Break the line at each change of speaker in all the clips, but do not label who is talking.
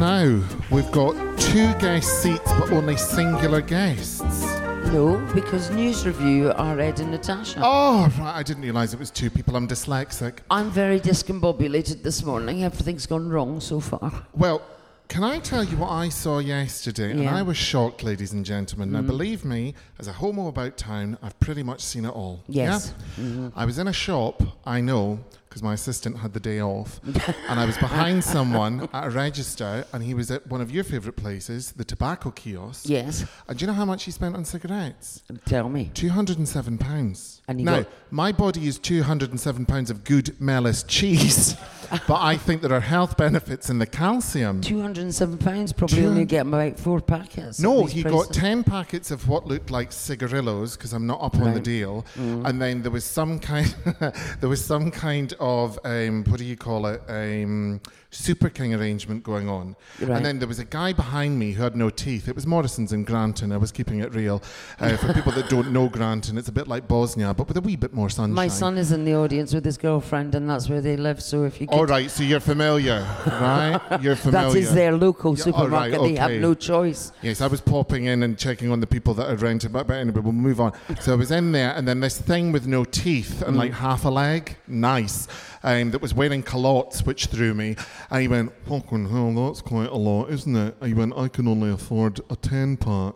Now we've got two guest seats, but only singular guests.
No, because News Review are Ed and Natasha.
Oh, right, I didn't realise it was two people. I'm dyslexic.
I'm very discombobulated this morning. Everything's gone wrong so far.
Well, can I tell you what I saw yesterday? And
Yeah. Mm.
I was shocked, ladies and gentlemen. Now, believe me, as a homo about town, I've pretty much seen it all.
Yes. Mm-hmm.
I was in a shop, I know, because my assistant had the day off, and I was behind someone at a register, and he was at one of your favourite places, the tobacco kiosk.
Yes.
And do you know how much he spent on cigarettes?
Tell me.
Two hundred and seven pounds.
And you
Now,
got-
my body is two hundred and seven pounds of good mellis cheese, but I think there are health benefits in the calcium.
£207 probably
Two-
only get about four packets. at
No,
these
he got
prices.
10 packets of what looked like cigarillos because I'm not up on the deal.
Mm.
And then there was some kind there was some kind of um, what do you call it? Um, Super King arrangement going on.
Right.
And then there was a guy behind me who had no teeth. It was Morrison's in Granton. I was keeping it real. Uh, for people that don't know Granton, it's a bit like Bosnia, but with a wee bit more sunshine.
My son is in the audience with his girlfriend, and that's where they live. So if you could,
All right, so you're familiar, right? You're familiar.
that is their local
Yeah, all right,
supermarket. They have
okay.
no choice.
Yes, I was popping in and checking on the people that are rented, but, but anyway, we'll move on. So I was in there, and then this thing with no teeth and like half a leg, nice, um, that was wearing culottes, which threw me. And he went, fucking hell, that's quite a lot, isn't it? And he went, I can only afford a 10 pack.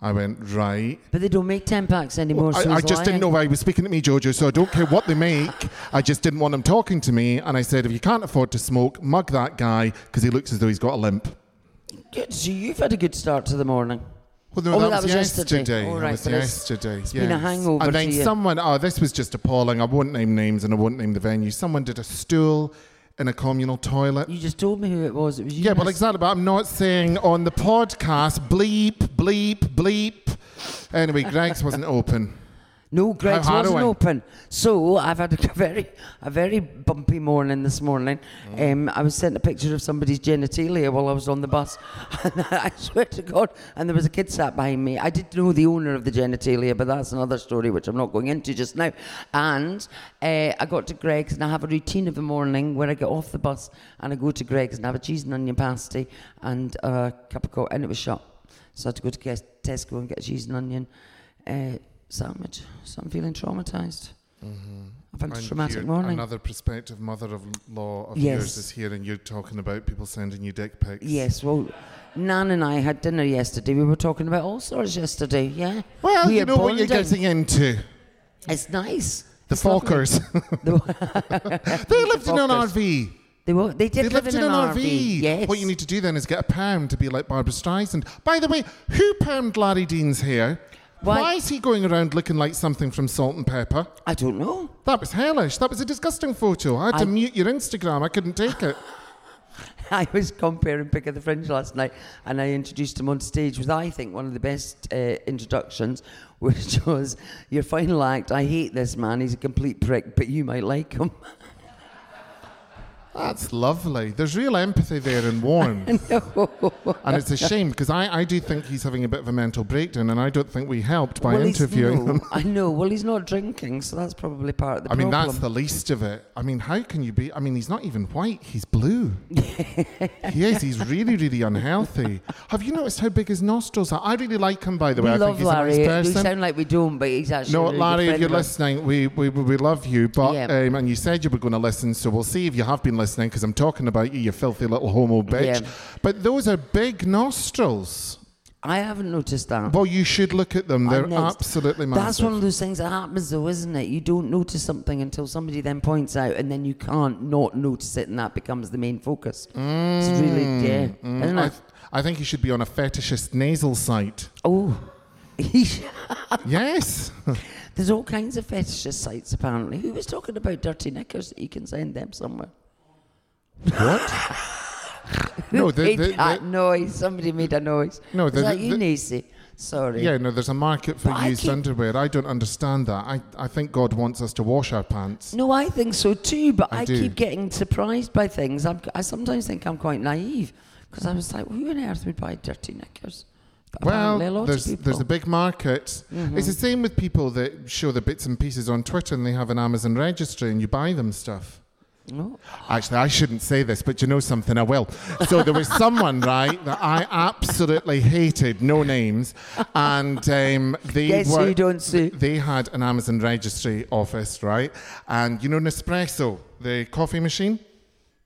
I went, right.
But they don't make 10 packs anymore.
I,
so
I
he's
just didn't
lying.
know why he was speaking to me, Jojo, so I don't care what they make. I just didn't want him talking to me. And I said, if you can't afford to smoke, mug that guy because he looks as though he's got a limp.
Good. So you've had a good start to the morning.
Well, no,
Oh,
that,
that
was
was yesterday.
yesterday.
All
That
right,
was
but it's-
yesterday. It's
been a hangover
And
to
then
you.
someone, oh, this was just appalling. I won't name names and I won't name the venue. Someone did a stool in a communal toilet.
You just told me who it was. It was you.
yeah, well, exactly. But I'm not saying on the podcast, bleep, bleep, bleep. Anyway, Greg's wasn't open.
No, Greg's wasn't
harrowing.
open. So I've had a very, a very bumpy morning this morning. Um, I was sent a picture of somebody's genitalia while I was on the bus, and I swear to God, and there was a kid sat behind me. I did know the owner of the genitalia, but that's another story which I'm not going into just now. And uh, I got to Greg's, and I have a routine of the morning where I get off the bus and I go to Greg's and have a cheese and onion pasty and a cup of coffee, and it was shut. So I had to go to Kes- Tesco and get a cheese and onion uh, sandwich. So I'm feeling traumatized. I've had a
Mm-hmm. And
traumatic
here-
morning.
Another prospective mother-in-law of
Yes.
yours is here and you're talking about people sending you dick pics.
Yes, well, Nan and I had dinner yesterday. We were talking about all sorts yesterday. Yeah.
Well,
We
you
are
know what you're
bonding.
getting into.
It's nice.
The
It's lovely.
Falkers. they lived in an
Fockers.
RV.
They were. They did
They
live
lived
in an, RV. Yes.
What you need to do then is get a perm to be like Barbara Streisand. By the way, who permed Larry Dean's hair?
Why-
Why, is he going around looking like something from Salt and Pepper?
I don't know.
That was hellish. That was a disgusting photo. I had
I-
to mute your Instagram. I couldn't take it.
I was comparing Pick of the Fringe last night, and I introduced him on stage with, I think, one of the best uh, introductions, which was your final act. I hate this man; he's a complete prick, but you might like him.
That's lovely. There's real empathy there and warmth. And it's a shame because I, I do think he's having a bit of a mental breakdown, and I don't think we helped by
Well, he's-
interviewing
no,
him.
I know. Well, he's not drinking, so that's probably part of the
I mean,
problem.
that's the least of it. I mean, how can you be? I mean, he's not even white, he's blue. he is, he's really, really unhealthy. Have you noticed how big his nostrils are? I really like him, by the
we
way. I
love
think he's
Larry.
a
we
nice person.
sound like we don't, but he's actually.
No,
a really
Larry,
good
if you're
friend of ours.
listening, we, we, we love you. But
Yeah.
um, and you said you were going to listen, so we'll see if you have been listening because I'm talking about you, you filthy little homo bitch.
Yeah.
But those are big nostrils.
I haven't noticed that.
Well, you should look at them.
I'm
They're
next.
absolutely massive.
That's one of those things that happens, though, isn't it? You don't notice something until somebody then points out, and then you can't not notice it, and that becomes the main focus. It's really, yeah, isn't
Mm, I,
it?
I think you should be on a fetishist nasal site.
Oh,
yes.
there's all kinds of fetishist sites apparently. Who was talking about dirty knickers that you can send them somewhere?
what? No, the,
Made
the,
that
the,
noise. Somebody made a noise.
No,
was
the-
that
the-
you,
the-
Nacy? Sorry.
yeah, no, there's a market for
But I
used
keep-
underwear. I don't understand that. I, I think God wants us to wash our pants.
No, I think so too, but
I
I,
do.
keep getting surprised by things. I'm, I sometimes think I'm quite naive because I was like, who on earth would buy dirty knickers? But apparently a lot
Well,
of
there's, there's
people. Mm-hmm.
a big market. It's the same with people that show the bits and pieces on Twitter and they have an Amazon registry and you buy them stuff.
No.
Actually, I shouldn't say this, but you know something, I will. So there was someone, right, that I absolutely hated, no names, and um, they
Guess
were.
who don't sue?
They had an Amazon registry office, right, and you know Nespresso, the coffee machine,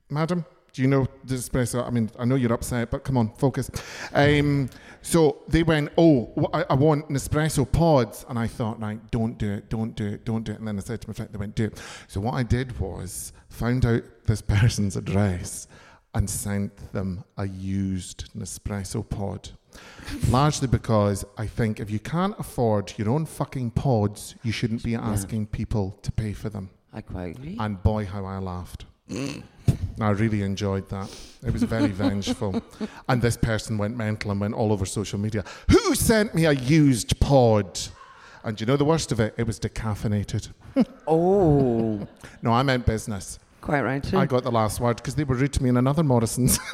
madam. Do you know Nespresso? I mean, I know you're upset, but come on, focus. Um, so they went, oh, wh- I, I want Nespresso pods, and I thought, right, don't do it, don't do it, don't do it. And then I said to my friend, they went, do it. So what I did was found out this person's address and sent them a used Nespresso pod. Largely because I think if you can't afford your own fucking pods, you shouldn't be asking people to pay for them.
I quite agree.
And boy, how I laughed. I really enjoyed that. It was very vengeful. And this person went mental and went all over social media. Who sent me a used pod? And do you know the worst of it? It was decaffeinated.
oh,
No, I meant business.
quite right too.
I
I,
got the last word because they were rude to me in another Morrison's.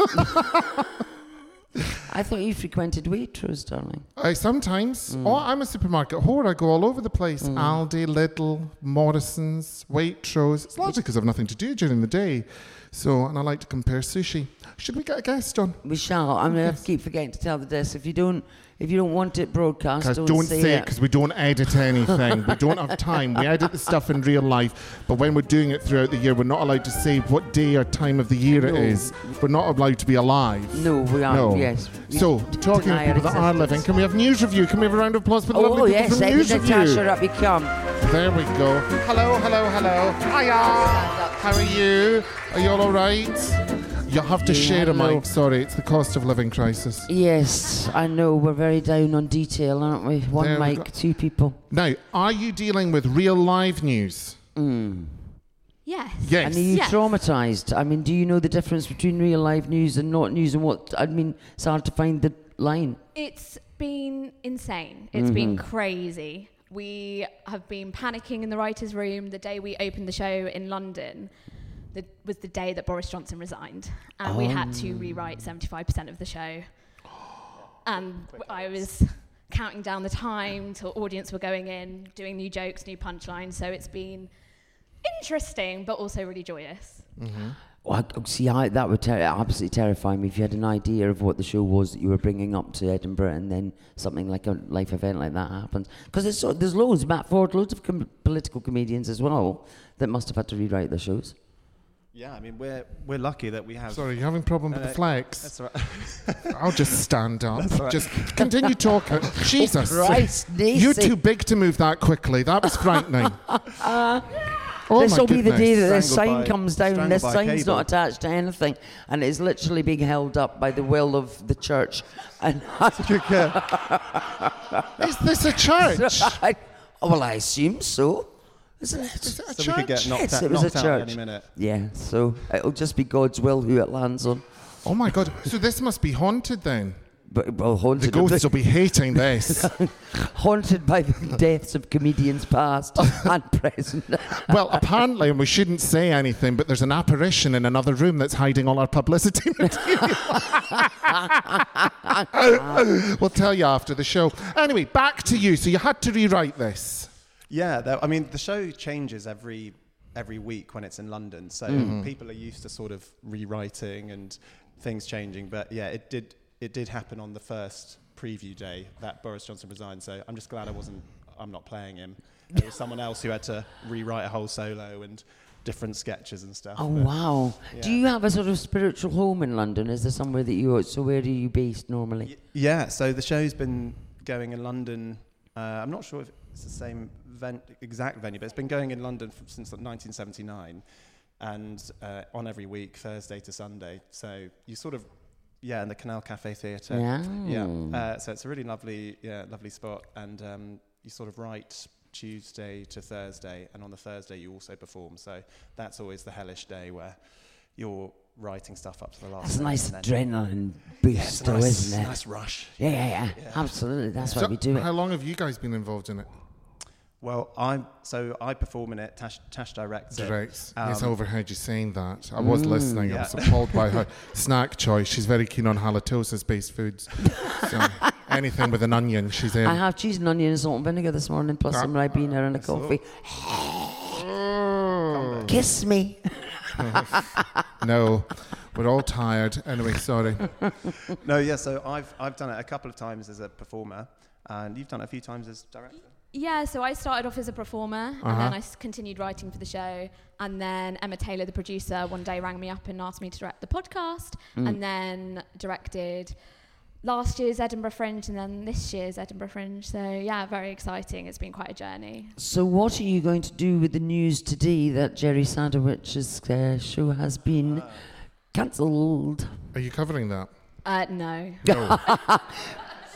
thought you frequented Waitrose, darling.
I sometimes, oh, I'm a supermarket whore. I go all over the place Aldi, Lidl, Morrison's, Waitrose. It's largely because I've nothing to do during the day. So, and I like to compare sushi. Should we get a guest on?
We shall. I'm going to keep forgetting to tell the desk if you don't if you don't want it broadcast,
Guys,
don't,
don't
say,
say it
it.
because we don't edit anything. we don't have time. We edit the stuff in real life, but when we're doing it throughout the year, we're not allowed to say what day or time of the year it
No.
is. We're not allowed to be alive.
No, we aren't.
No.
Yes. We
So,
d-
talking
deny
to
our
people that are
existence.
living, can we have news review? Can we have a round of applause for the
Oh
lovely people
yes,
from
Edna
news review?
Natasha, up you come.
There we go. Hello, hello, hello. Hiya. How are you? Are you all all right? You have to
Yeah,
share a
hello.
mic. Sorry, it's the cost of living crisis.
Yes, I know. We're very down on detail, aren't we? One
There we
mic,
go.
two people.
Now, are you dealing with real live news?
Yes.
Yes.
And are you
Yes.
traumatized? I mean, do you know the difference between real live news and not news and what? I mean, it's hard to find the line.
It's been insane. It's been crazy. We have been panicking in the writer's room the day we opened the show in London. The, was the day that Boris Johnson resigned, and we had to rewrite 75% of the show. And I was counting down the time till audience were going in, doing new jokes, new punchlines. So it's been interesting, but also really joyous.
Well, Oh, I- see, I, that would ter- absolutely terrify me if you had an idea of what the show was that you were bringing up to Edinburgh, and then something like a life event like that happens. Because there's, so, there's loads, Matt Ford, loads of com- political comedians as well that must have had to rewrite their shows.
Yeah, I mean, we're we're lucky that we have.
Sorry, you're having a problem with
No,
the
no,
flags.
Uh, That's all right.
I'll just stand up.
That's all right. Oh,
Just continue talking. Jesus.
Christ, Niecy.
You're too big to move that quickly. That was frightening. oh
this
my
will be the day that this
Strangled
sign
by-
comes down.
strangled
This
by
sign's
cable.
not attached to anything, and it's literally being held up by the will of the church. And
goodness. Is this a church?
I, well, I assume so. Isn't it?
it a
so we could get
church?
knocked,
Yes,
out,
it was
knocked
a
out
church.
any minute.
Yeah, so it'll just be God's will who it lands on.
oh my God. So this must be haunted then.
but, well, haunted.
The ghosts will be hating this.
haunted by the deaths of comedians past and present.
well, apparently, and we shouldn't say anything, but there's an apparition in another room that's hiding all our publicity material. we'll tell you after the show. Anyway, back to you. So you had to rewrite this.
Yeah, though, I mean the show changes every every week when it's in London, so
Mm-hmm.
people are used to sort of rewriting and things changing. But yeah, it did it did happen on the first preview day that Boris Johnson resigned. So I'm just glad I wasn't I'm not playing him. It was someone else who had to rewrite a whole solo and different sketches and stuff.
Oh
but-
wow! Do
Yeah.
you have a sort of spiritual home in London? Is there somewhere that you? So where are you based normally?
Y- Yeah, so the show's been going in London. Uh, I'm not sure if it's the same ven- exact venue, but it's been going in London f- since like, 1979 and uh, on every week, Thursday to Sunday. So you sort of, yeah, in the Canal Cafe Theatre. Yeah. Uh, so it's a really lovely, yeah, lovely spot. And um, you sort of write Tuesday to Thursday, and on the Thursday, you also perform. So that's always the hellish day where you're writing stuff up to the last
That's a
minute
nice
and then-
adrenaline
Yeah, it's
boost,
a
though,
nice-
isn't it?
Nice rush.
Yeah, yeah, yeah, Absolutely. That's why
So
we do it.
How long have you guys been involved in it?
Well, I'm so I perform in it. Tash, Tash directs it.
Right.
Um,
yes, I overheard you saying that. I was listening. I was appalled by her snack choice. She's very keen on halitosis-based foods. So anything with an onion, she's in.
I have cheese and onion and salt and vinegar this morning, plus some ribena and a coffee. Kiss me.
no, we're all tired. Anyway, sorry.
No, yeah. So I've I've done it a couple of times as a performer, and you've done it a few times as director.
Yeah, so I started off as a performer and then I s- continued writing for the show. And then Emma Taylor, the producer, one day rang me up and asked me to direct the podcast and then directed last year's Edinburgh Fringe and then this year's Edinburgh Fringe. So, yeah, very exciting. It's been quite a journey.
So, what are you going to do with the news today that Jerry Sandowich's uh, show has been
Uh.
cancelled?
Are you covering that?
Uh, no.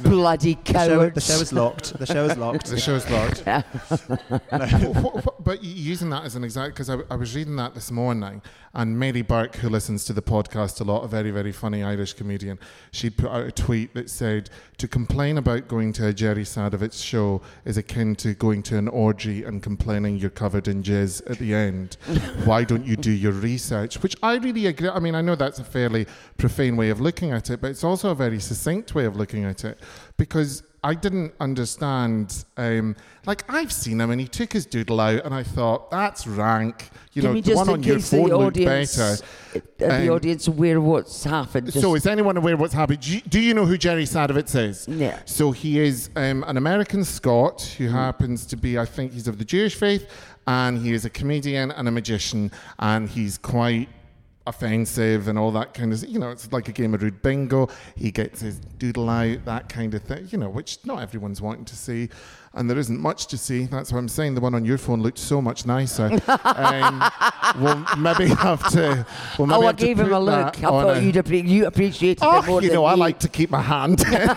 Bloody cowards.
the show is locked. The show is locked.
The show's large. Wh- wh- but y- using that as an example, because I, w- I was reading that this morning, and Mary Burke, who listens to the podcast a lot, a very, very funny Irish comedian, she put out a tweet that said, To complain about going to a Jerry Sadovitz show is akin to going to an orgy and complaining you're covered in jizz at the end. Why don't you do your research? Which I really agree. I mean, I know that's a fairly profane way of looking at it, but it's also a very succinct way of looking at it because I didn't understand. Um, like I've seen him, and he took his doodle out, and I thought that's rank. You
Give
know,
me
the
just
one
in
on your
case
phone
the
looked
audience,
better.
uh, the
Um,
audience aware what's happened. Just
so is anyone aware what's happened? Do you, do you know who Jerry Sadovitz is?
Yeah.
So he is um, an American Scot who
Mm.
happens to be, I think he's of the Jewish faith, and he is a comedian and a magician, and he's quite offensive and all that kind of you know it's like a game of rude bingo he gets his doodle out that kind of thing you know which not everyone's wanting to see and there isn't much to see that's what i'm saying the one on your phone looked so much nicer um, we'll maybe have to we'll maybe
oh, I
have to
gave him
put
a look. I
that on
thought
a-
you'd appre- you appreciated it
Oh,
more
you
than
know, I
me.
like to keep my hand. in.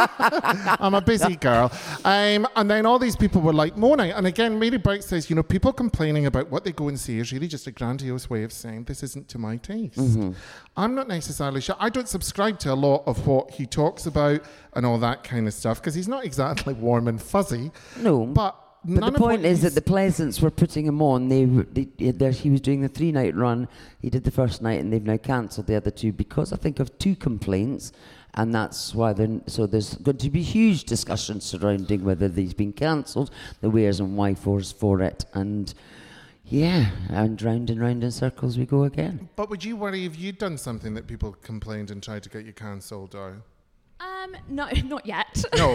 I'm a busy girl. Um, and then all these people were like moaning. And again, Mary Bright says, you know, people complaining about what they go and see is really just a grandiose way of saying this isn't to my taste.
Mm-hmm.
I'm not necessarily sure. I don't subscribe to a lot of what he talks about and all that kind of stuff because he's not exactly warm and fuzzy.
No,
But, none
But the
of what
point is
he's-
that the Pleasants were putting him on. They, were- they, they there- he was doing the three night run. He did the first night, and they've now cancelled the other two because I think of two complaints, and that's why. Then so there's going to be huge discussion surrounding whether these been cancelled, the where's and why fors for it, and yeah, and round and round in circles we go again.
But would you worry if you'd done something that people complained and tried to get you cancelled or?
Um, no, not yet.
No.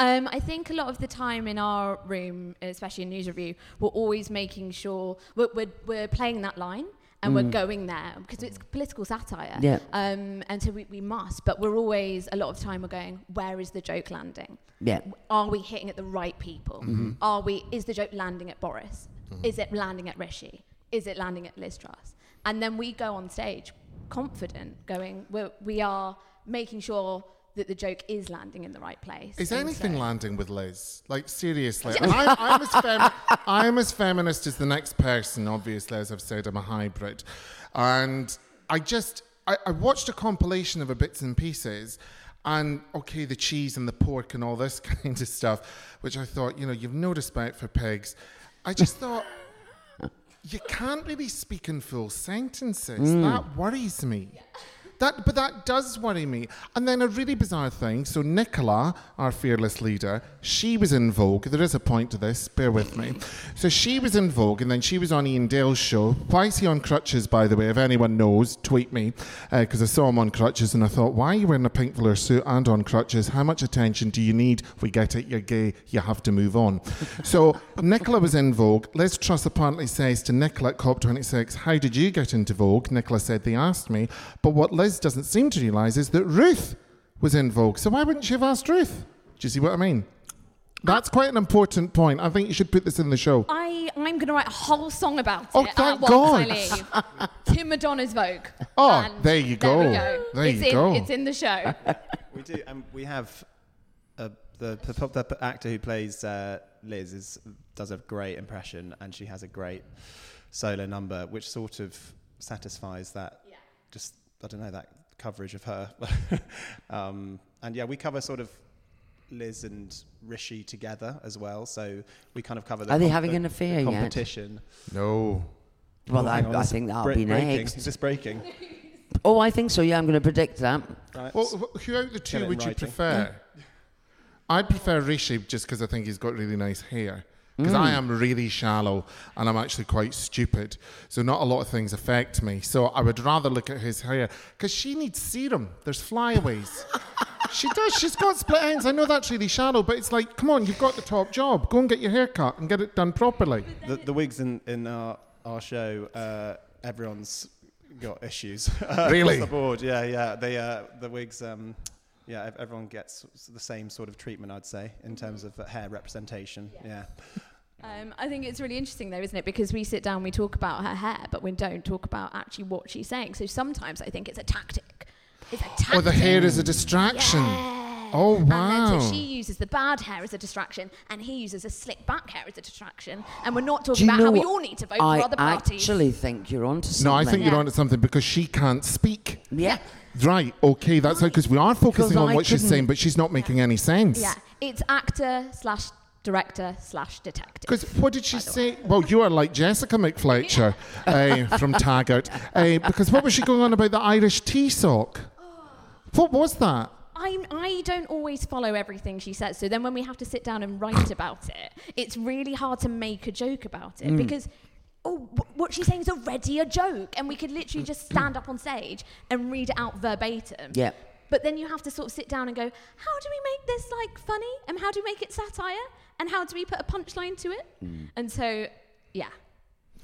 Um, I think a lot of the time in our room, especially in news review, we're always making sure we're, we're, we're playing that line and we're going there because it's political satire.
Yeah.
Um, and so we, we must, but we're always, a lot of time, we're going, where is the joke landing?
Yeah.
Are we hitting at the right people?
Mm-hmm.
Are we, is the joke landing at Boris? Is it landing at Rishi? Is it landing at Liz Truss? And then we go on stage confident, going, we're, we are making sure that the joke is landing in the right place.
Is
And
anything
so-
landing with Liz? Like seriously, And I, I'm, as femi- I'm as feminist as the next person. Obviously, as I've said, I'm a hybrid, and I just I, I watched a compilation of her bits and pieces, And okay, the cheese and the pork and all this kind of stuff, which I thought, you know, you've no respect for pigs. I just thought, you can't really speak in full sentences. That worries me. That, but that does worry me. And then a really bizarre thing. So Nicola, our fearless leader, she was in Vogue. There is a point to this. Bear with me. So she was in Vogue, and then she was on Ian Dale's show. Why is he on crutches, by the way? If anyone knows, tweet me because I saw him on crutches, and I thought, why are you wearing a pink velour suit and on crutches? How much attention do you need? We get it. You're gay. You have to move on. so Nicola was in Vogue. Liz Truss apparently says to Nicola at COP26, How did you get into Vogue? Nicola said, They asked me. But what Liz doesn't seem to realise is that Ruth was in Vogue. So why wouldn't she have asked Ruth? Do you see what I mean? That's quite an important point. I think you should put this in the show.
I, I'm going to write a whole song about
Oh,
it
thank
at once
God.
I leave. Tim Madonna's Vogue.
Oh,
And
there you
There,
go.
we go.
There
it's
you
in,
go.
It's in the show.
We do, and we have uh the, the, pop- the actor who plays uh, Liz is does a great impression, and she has a great solo number, which sort of satisfies that. Just I don't know that coverage of her, um, and yeah, we cover sort of Liz and Rishi together as well. So we kind of cover. The
Are they
com-
having
the-
an affair
the
yet?
competition?
No.
Well,
Oh,
I,
hang on,
I
this is
think that'll
bre-
be
breaking.
next.
Is this breaking?
Oh, I think so. Yeah, I'm going to predict that.
Right.
Well, wh- who out of the two
it in
would you
writing.
prefer? I'd prefer Rishi just because I think he's got really nice hair. Because
Mm.
I am really shallow and I'm actually quite stupid. So, not a lot of things affect me. So, I would rather look at his hair because she needs serum. There's flyaways. she does. She's got split ends. I know that's really shallow, but it's like, come on, you've got the top job. Go and get your hair cut and get it done properly.
the, the wigs in, in our, our show, uh, everyone's got issues.
Really?
Across the board, yeah, yeah. They, uh, the wigs, um, yeah, ev- everyone gets s- the same sort of treatment, I'd say, in terms of uh, hair representation. Yeah.
Um, I think it's really interesting, though, isn't it? Because we sit down, we talk about her hair, but we don't talk about actually what she's saying. So sometimes I think it's a tactic. It's a tactic.
Or Oh, the hair is a distraction. Oh, wow.
And then so she uses the bad hair as a distraction, and he uses a slick back hair as a distraction. And we're not
Do
talking
you
about
know
how we
what?
all need to vote
I
for other parties.
actually think you're onto something.
no, I think you're
Yeah.
onto something because she can't speak.
Yeah.
Right, okay, that's because we are focusing
Because
on
I
what she's
couldn't-
saying, but she's not making any sense.
yeah, it's actor slash director slash detective.
Because what did she say? Well, you are like Jessica McFletcher uh, from Taggart. Uh, because what was she going on about the Irish tea sock? What was that?
I'm, I don't always follow everything she says. So then when we have to sit down and write about it, it's really hard to make a joke about
Mm.
it because, oh, wh- what she's saying is already a joke. And we could literally just stand up on stage and read it out verbatim.
Yeah.
But then you have to sort of sit down and go, how do we make this like funny? And how do we make it satire? And how do we put a punchline to it? And so, yeah,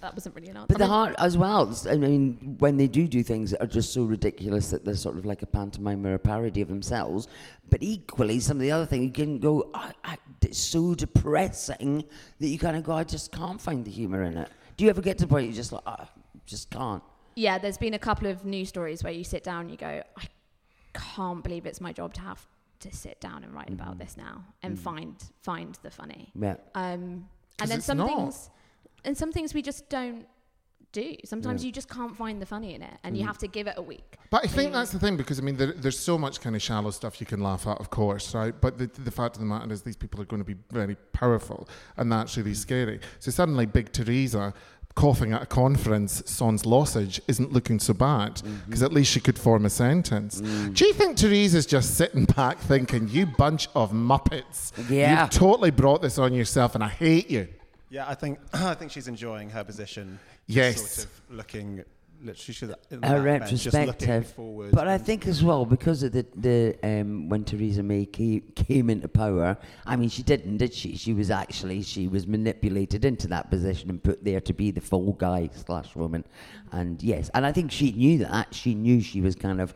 that wasn't really an answer.
Mm. But the
I mean,
heart as well. s- I mean, when they do do things that are just so ridiculous that they're sort of like a pantomime or a parody of themselves. But equally, some of the other thing you can go, I, I, it's so depressing that you kind of go, I just can't find the humour in it. Do you ever get to the point you just like, I just can't?
yeah, there's been a couple of news stories where you sit down and you go, I can't believe it's my job to have to sit down and write
Mm-hmm.
about this now and find find the funny.
Yeah.
Um,
Mm. 'Cause
and then
it's
some
not.
things, and some things we just don't do. Sometimes you just can't find the funny in it, and
Mm.
you have to give it a week.
But I think that's the thing because I mean, there, there's so much kind of shallow stuff you can laugh at, of course, right? But the, the fact of the matter is, these people are going to be very powerful, and that's really
Mm.
scary. So suddenly, Big Teresa coughing at a conference, sans lozenge, isn't looking so bad
Mm-hmm.
because at least she could form a sentence.
Mm.
Do you think Teresa's just sitting back thinking, "You bunch of muppets,
Yeah.
you've totally brought this on yourself, and I hate you."
Yeah, I think, I think she's enjoying her position. just
Yes.
Sort of looking, literally, she's in the
a
back bench, just looking
retrospective.
forward.
But I think as well because of the the um, when Theresa May came, came into power. I mean, she didn't, did she? She was actually she was manipulated into that position and put there to be the fall guy slash woman. And yes, and I think she knew that. She knew she was kind of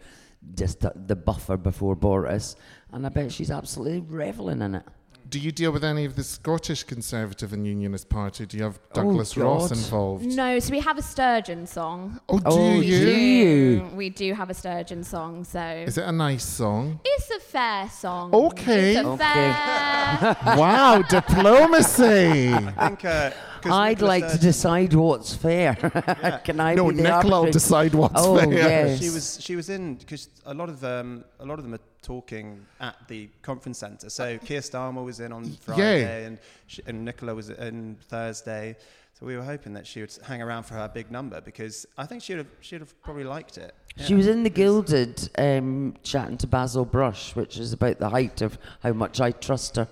just the, the buffer before Boris. And I bet she's absolutely reveling in it.
Do you deal with any of the Scottish Conservative and Unionist Party? Do you have Douglas Ross
Oh, God.
involved?
No, so we have a Sturgeon song. Mm,
Oh, do
Oh,
you?
do you?
We do have a Sturgeon song, so
Is it a nice song?
it's a fair song.
Okay.
It's a
Okay.
fair.
wow, diplomacy.
I think uh, 'Cause
I'd
Nicola
like to
said-
decide what's fair. Can I
No,
be the
Nicola will
arbitrary-
decide what's
oh,
fair.
Yes.
She was she was in because a lot of um, a lot of them are talking at the conference center.
Uh,
So Keir Starmer was in on Friday, and she, and Nicola was in Thursday. So we were hoping that she would hang around for her big number because I think she'd have she'd have probably liked it.
She was in the Gilded um, chatting to Basil Brush, which is about the height of how much I trust her.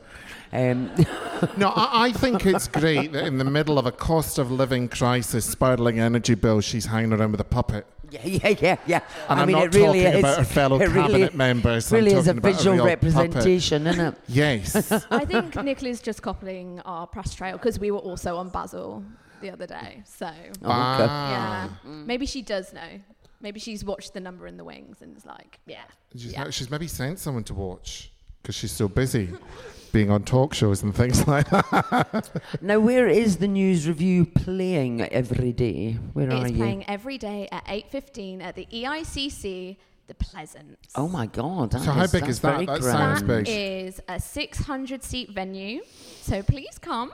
Um,
No, I, I think it's great that in the middle of a cost of living crisis, spiraling energy bill, she's hanging around with a puppet.
yeah, yeah, yeah, yeah.
And
I
I'm
mean,
not
it really
talking
is.
about her fellow
it really,
cabinet members, I'm
Really is a
talking about a
visual
real puppet.
representation, isn't it?
Yes.
I think Nicola's just copying our press trail because we were also on Basil the other day. So yeah,
ah.
maybe she does know. Maybe she's watched the number in the wings and is like, yeah,
She's,
yeah.
like- she's maybe sent someone to watch because she's so busy being on talk shows and things like that.
Now, where is the news review playing every day? Where are
It's
you?
playing every day at 8.15 at the E EICC, The Pleasance.
Oh my God!
So how big
that's
is that?
very
That
grand.
sounds big.
is a 600 seat venue. So please come,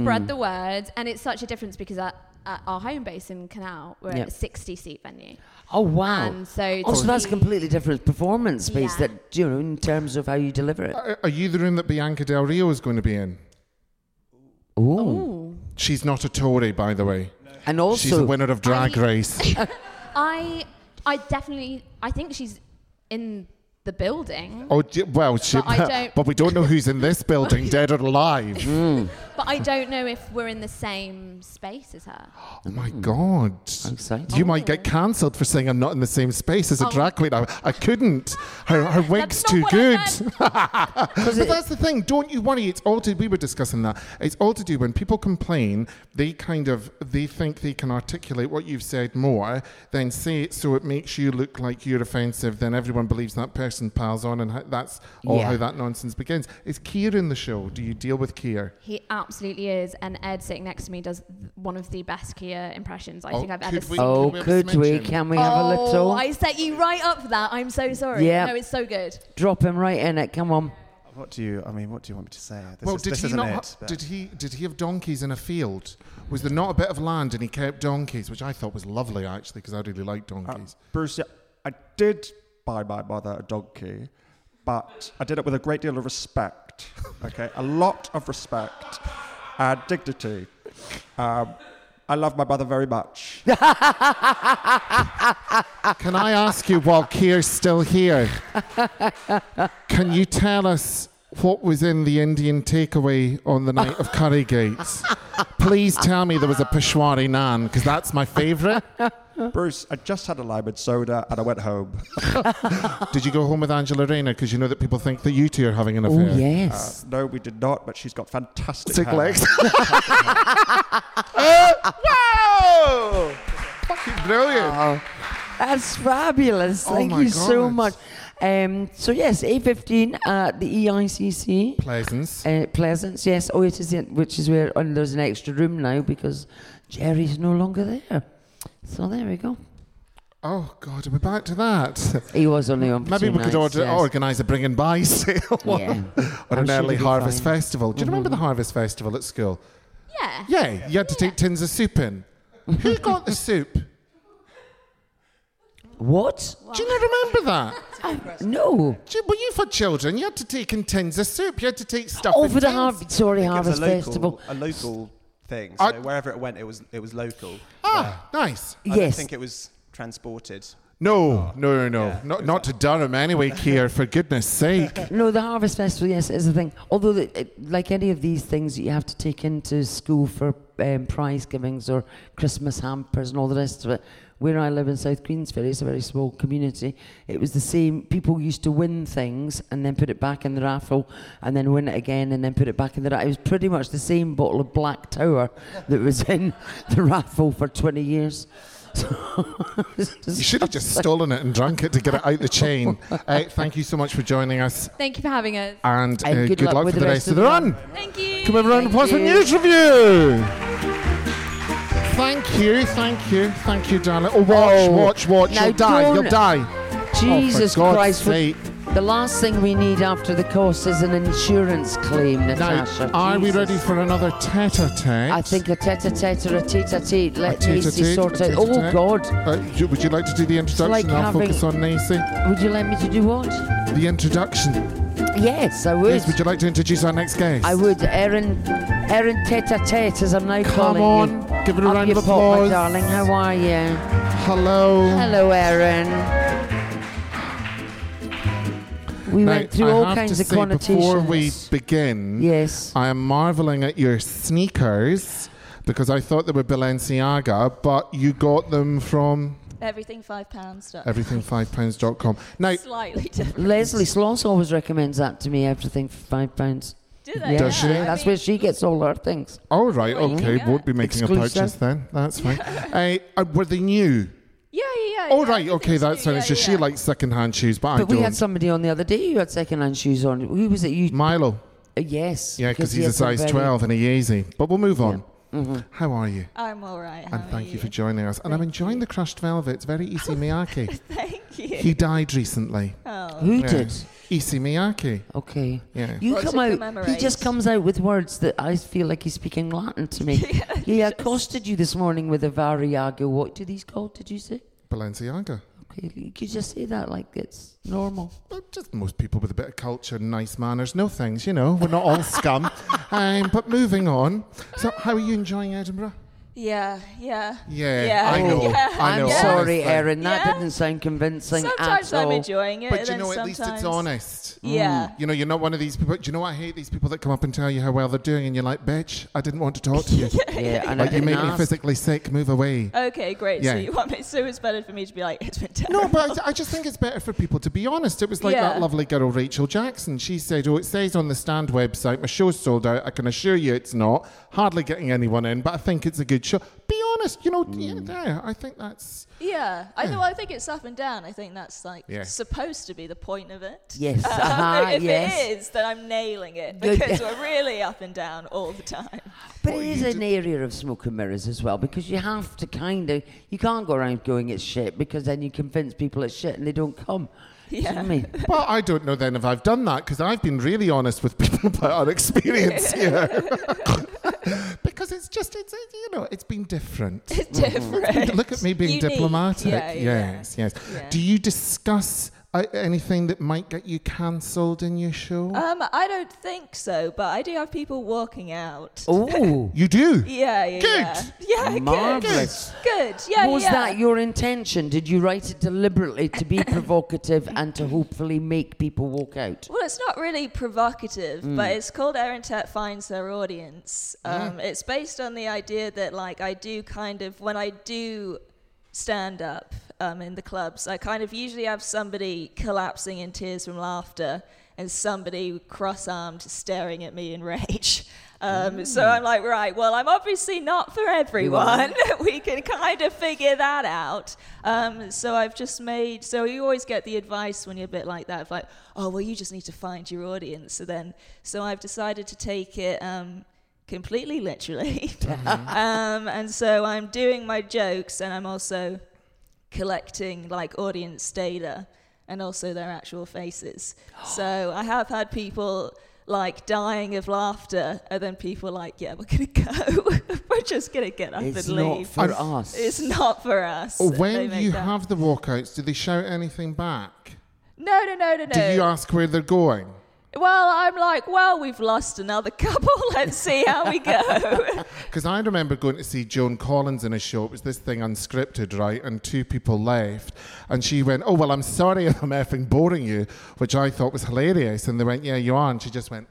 spread the word. And it's such a difference because at, at our home base in Canal, we're
Yep.
at a 60 seat venue.
Oh wow!
And so
oh, so that's
the-
completely different performance space.
Yeah.
That you know, in terms of how you deliver it.
Are are you the room that Bianca Del Rio is going to be in?
Oh,
She's not a Tory, by the way.
and also
She's the winner of Drag
I-
Race.
I, I definitely, I think she's in the building,
Oh, d- well, she,
But I don't-
but we don't know who's in this building, dead or alive.
but I don't know if we're in the same space as her.
Oh my god!
exciting.
You might get cancelled for saying I'm not in the same space as a
Oh.
drag queen. I, I couldn't. Her, her wig's
That's not
too
what I
good.
meant.
but that's the thing. Don't you worry. It's all to. We were discussing that. It's all to do when people complain. They kind of they think they can articulate what you've said more. Then say it so it makes you look like you're offensive. Then everyone believes that person piles on, and ho- that's all
Yeah.
how that nonsense begins. Is Keir in the show? Do you deal with Keir?
He absolutely is, and Ed sitting next to me does th- one of the best Kia impressions I
Oh,
think I've
could
ever
we-
seen. Oh,
Oh,
Can we have
could
some
we?
mention?
Can we have a little?
I set you right up for that. I'm so sorry.
Yeah.
No, it's so good.
Drop him right in it. Come on.
What do you? I mean, what do you want me to say? This
well,
is,
did
this
he
isn't
not?
it,
ha-
but-
did he? Did he have donkeys in a field? Was there not a bit of land and he kept donkeys, which I thought was lovely actually, because I really like donkeys.
Bruce, I did buy my mother a donkey, but I did it with a great deal of respect. Okay, a lot of respect and dignity. Um, I love my mother very much.
Can I ask you, while Keir's still here, can you tell us what was in the Indian takeaway on the night of Curry Gates? Please tell me there was a Peshwari naan, because that's my favourite.
Bruce, I just had a lime and soda and I went home.
Did you go home with Angela Rayner? Because you know that people think that you two are having an
Oh
affair.
Uh,
yes.
no, we did not, but she's got fantastic
Sick
hair.
legs. Uh, wow! Fucking brilliant.
Oh, That's fabulous.
Uh, Oh
Thank
my
you so
God.
much. Um, so yes, eight fifteen at the E EICC.
Pleasance.
Uh, Pleasance, yes. Oh, it is, in, which is where and there's an extra room now because Jerry's no longer there. So there we go.
Oh God, are we back to that?
He was only on. for
Maybe
two
we could
nights,
order, oh,
yes.
organise a bring and buy sale or
Yeah.
or
I'm
an
sure
early
we'll be
harvest
fine.
festival. Do you remember the harvest festival at school?
Yeah.
Yeah, you had to take tins of soup in. Who got the soup? Do
What? Uh,
you not remember that?
No.
Do you, were you for children? You had to take in tins of soup. You had to take stuff.
Oh,
in
for the
tins.
Harvest, sorry,
It was
Harvest
a local,
Festival.
A local thing. So
I-
wherever it went, it was it was local.
Ah, nice.
I don't
yes.
think it was transported.
No, no, no, no. not not to Durham anyway, Keir. For goodness' sake.
No, the Harvest Festival, yes, is a thing. Although, the, it, like any of these things, that you have to take into school for um, prize givings or Christmas hampers and all the rest of it. Where I live in South Queensferry, it's a very small community. It was the same. People used to win things and then put it back in the raffle and then win it again and then put it back in the raffle. It was pretty much the same bottle of Black Tower that was in the raffle for 20 years. So
You should have just stolen it and drunk it to get it out the chain. Uh, thank you so much for joining us,
Thank you for having us.
and,
And
uh, good, luck, for the rest of the run. Oh,
Thank you.
Come everyone, applause for news review. Thank you, thank you, thank you, darling. Oh, watch,
Oh.
watch, watch.
Now
You'll die.
don't-
You'll die.
Jesus
oh, for God's
Christ.
Sake.
The last thing we need after the course is an insurance claim,
Now,
Natasha.
are we
Jesus.
ready for another tete-a-tete?
I think a tete-a-tete or a tete-a-tete.
A
Let
tete-a-tete,
Nacy sort
a
out. Oh,
tete-a-tete.
God.
Uh, do- would you like to do the introduction?
like
and I'll
having-
focus on Nacy.
Would you like me to do what?
The introduction.
Yes, I would.
Yes, would you like to introduce our next guest?
I would. Erin, Erin tete-a-tete, as I'm now
Come
calling
on,
you.
give it a
Up
round
your
of
pop,
applause.
my darling. How are you?
Hello.
Hello, Erin. We
Now,
went through
I
all
have
kinds
to
of
say,
connotations.
Before we begin,
Yes.
I am marveling at your sneakers because I thought they were Balenciaga, but you got them from
Everything five pounds. dot-
everything5pounds.com. Now,
Slightly different.
Leslie Sloss always recommends that to me. Everything for five pounds.
Do they?
Does she?
I
That's
mean,
where she gets all her things.
all right, okay,
yeah.
won't be making
Exclusive.
a purchase then. That's fine. uh, uh, were they new?
Yeah, yeah, yeah.
All Oh,
yeah,
right, okay,
everything's
that's
new,
fine. It's
yeah,
just
yeah.
she likes secondhand shoes, but, I
But
don't.
we had somebody on the other day who had second-hand shoes on. Who was it? You?
Milo,
Uh, yes.
yeah, because
he
he's a size
had some very- Mm-hmm.
12 and a Yeezy. But we'll move on. How are you?
I'm all right. how
And
are
thank you? for joining us. And I'm enjoying the crushed velvet. It's very Issey Miyake.
Thank you.
he died recently.
Who
Yeah.
did?
Issey Miyake.
Okay.
Yeah.
You
Well, to
come out. He
commemorate.
just comes out with words that I feel like he's speaking Latin to me. he accosted you this morning with a variago. What do these called? Did you say?
Balenciaga.
Okay, you could just say that like it's normal.
Well, just most people with a bit of culture and nice manners know things, you know. We're not all scum. Um, but moving on. So, how are you enjoying Edinburgh?
Yeah, yeah.
Yeah,
Yeah,
I know.
Oh, yeah.
I
I'm
know.
sorry,
honestly.
Erin. That
Yeah.
didn't sound convincing
Sometimes
at all.
I'm enjoying it.
But
and
you
then
know, at
sometimes...
least it's honest. Mm.
Yeah.
You know, you're not one of these people. Do you know what I hate? These people that come up and tell you how well they're doing, and you're like, bitch, I didn't want to talk to you.
Yeah, and I
like, you
didn't
make me
ask.
physically sick. Move away.
Okay, great.
Yeah.
So you want me? So it's better for me to be like, it's been
No,
terrible.
but I I just think it's better for people to be honest. It was like
Yeah.
that lovely girl, Rachel Jackson. She said, Oh, it says on the stand website, my show's sold out. I can assure you it's not. Hardly getting anyone in, but I think it's a good show. Be honest, you know, yeah, yeah, I think that's.
Mm. Yeah, I know. I think it's up and down. I think that's like
Yeah.
supposed to be the point of it.
Yes,
Um,
uh-huh,
if
yes.
it is, then I'm nailing it
Good.
because we're really up and down all the time.
But it is an area of smoke and mirrors as well because you have to kind of you can't go around going it's shit because then you convince people it's shit and they don't come. Yeah. I mean?
Well, I don't know then if I've done that because I've been really honest with people about our experience here. because it's just, it's, it- you know, it's been different.
Different.
Look at me being
Unique.
diplomatic.
Yeah, yeah.
yes, yes. Do you discuss uh, anything that might get you cancelled in your show?
Um, I don't think so, but I do have people walking out.
Oh,
you do?
Yeah, yeah,
Good.
yeah. Yeah,
Marvellous.
good. Good. Yeah,
was
yeah.
that your intention? Did you write it deliberately to be provocative and to hopefully make people walk out?
Well, it's not really provocative, but it's called Erin Tet Finds Their Audience. Um, It's based on the idea that, like, I do kind of, when I do stand up um, in the clubs, I kind of usually have somebody collapsing in tears from laughter and somebody cross armed staring at me in rage. Um, So I'm like, right, well, I'm obviously not for everyone. we can kind of figure that out. Um, so I've just made, so you always get the advice when you're a bit like that of like, oh, well, you just need to find your audience. So then, so I've decided to take it. Um, completely literally. um, and so I'm doing my jokes and I'm also collecting like audience data and also their actual faces. so I have had people like dying of laughter and then people like, yeah, we're going to go. we're just going to get up
It's
and
not
leave.
for us.
it's not for us. They
When
make
you
that-
have the walkouts, do they shout anything back?
No, no, no, no, no.
Do you ask where they're going?
well, I'm like, well, we've lost another couple. Let's see how we go.
Because I remember going to see Joan Collins in a show. It was this thing unscripted, right? And two people left. And she went, Oh, well, I'm sorry if I'm effing boring you, which I thought was hilarious. And they went, Yeah, you are. And she just went,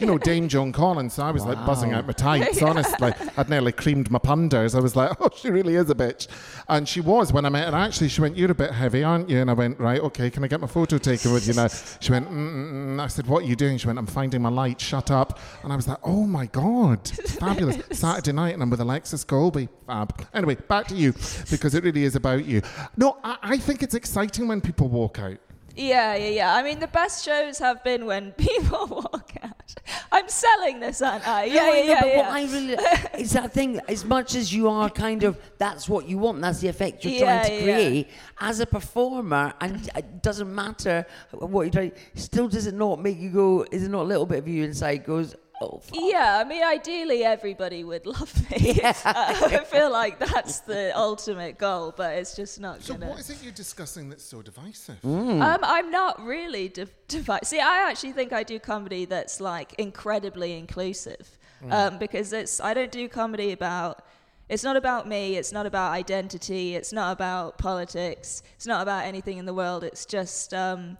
You know, Dame Joan Collins. So I was like buzzing out my tights, honestly. I'd nearly creamed my punders. I was like, Oh, she really is a bitch. And she was when I met her. Actually, she went, You're a bit heavy, aren't you? And I went, Right, okay, can I get my photo taken with you now? She went, "Mm, Mm-mm. I said, What are you doing? She went, I'm finding my light, shut up. And I was like, Oh my God, fabulous. Saturday night, and I'm with Alexis Colby. Fab. Anyway, back to you, because it really is about you. No, I, I think it's exciting when people walk out.
Yeah, yeah, yeah. I mean, the best shows have been when people walk out. I'm selling this, aren't I? Yeah,
No, I
yeah,
know,
yeah.
but
yeah.
what I really it's that thing. As much as you are kind of that's what you want, that's the effect you're
Yeah,
trying to
yeah.
create as a performer, and it doesn't matter what you're trying. Still, does it not make you go? Is it not a little bit of you inside goes? Oh, fuck.
Yeah, I mean, ideally everybody would love me. Uh, I feel like that's the ultimate goal, but it's just not
So
gonna.
what is it you're discussing that's so divisive?
Um, I'm not really div- divided. See, I actually think I do comedy that's like incredibly inclusive um, because it's I don't do comedy about. It's not about me. It's not about identity. It's not about politics. It's not about anything in the world. It's just. Um,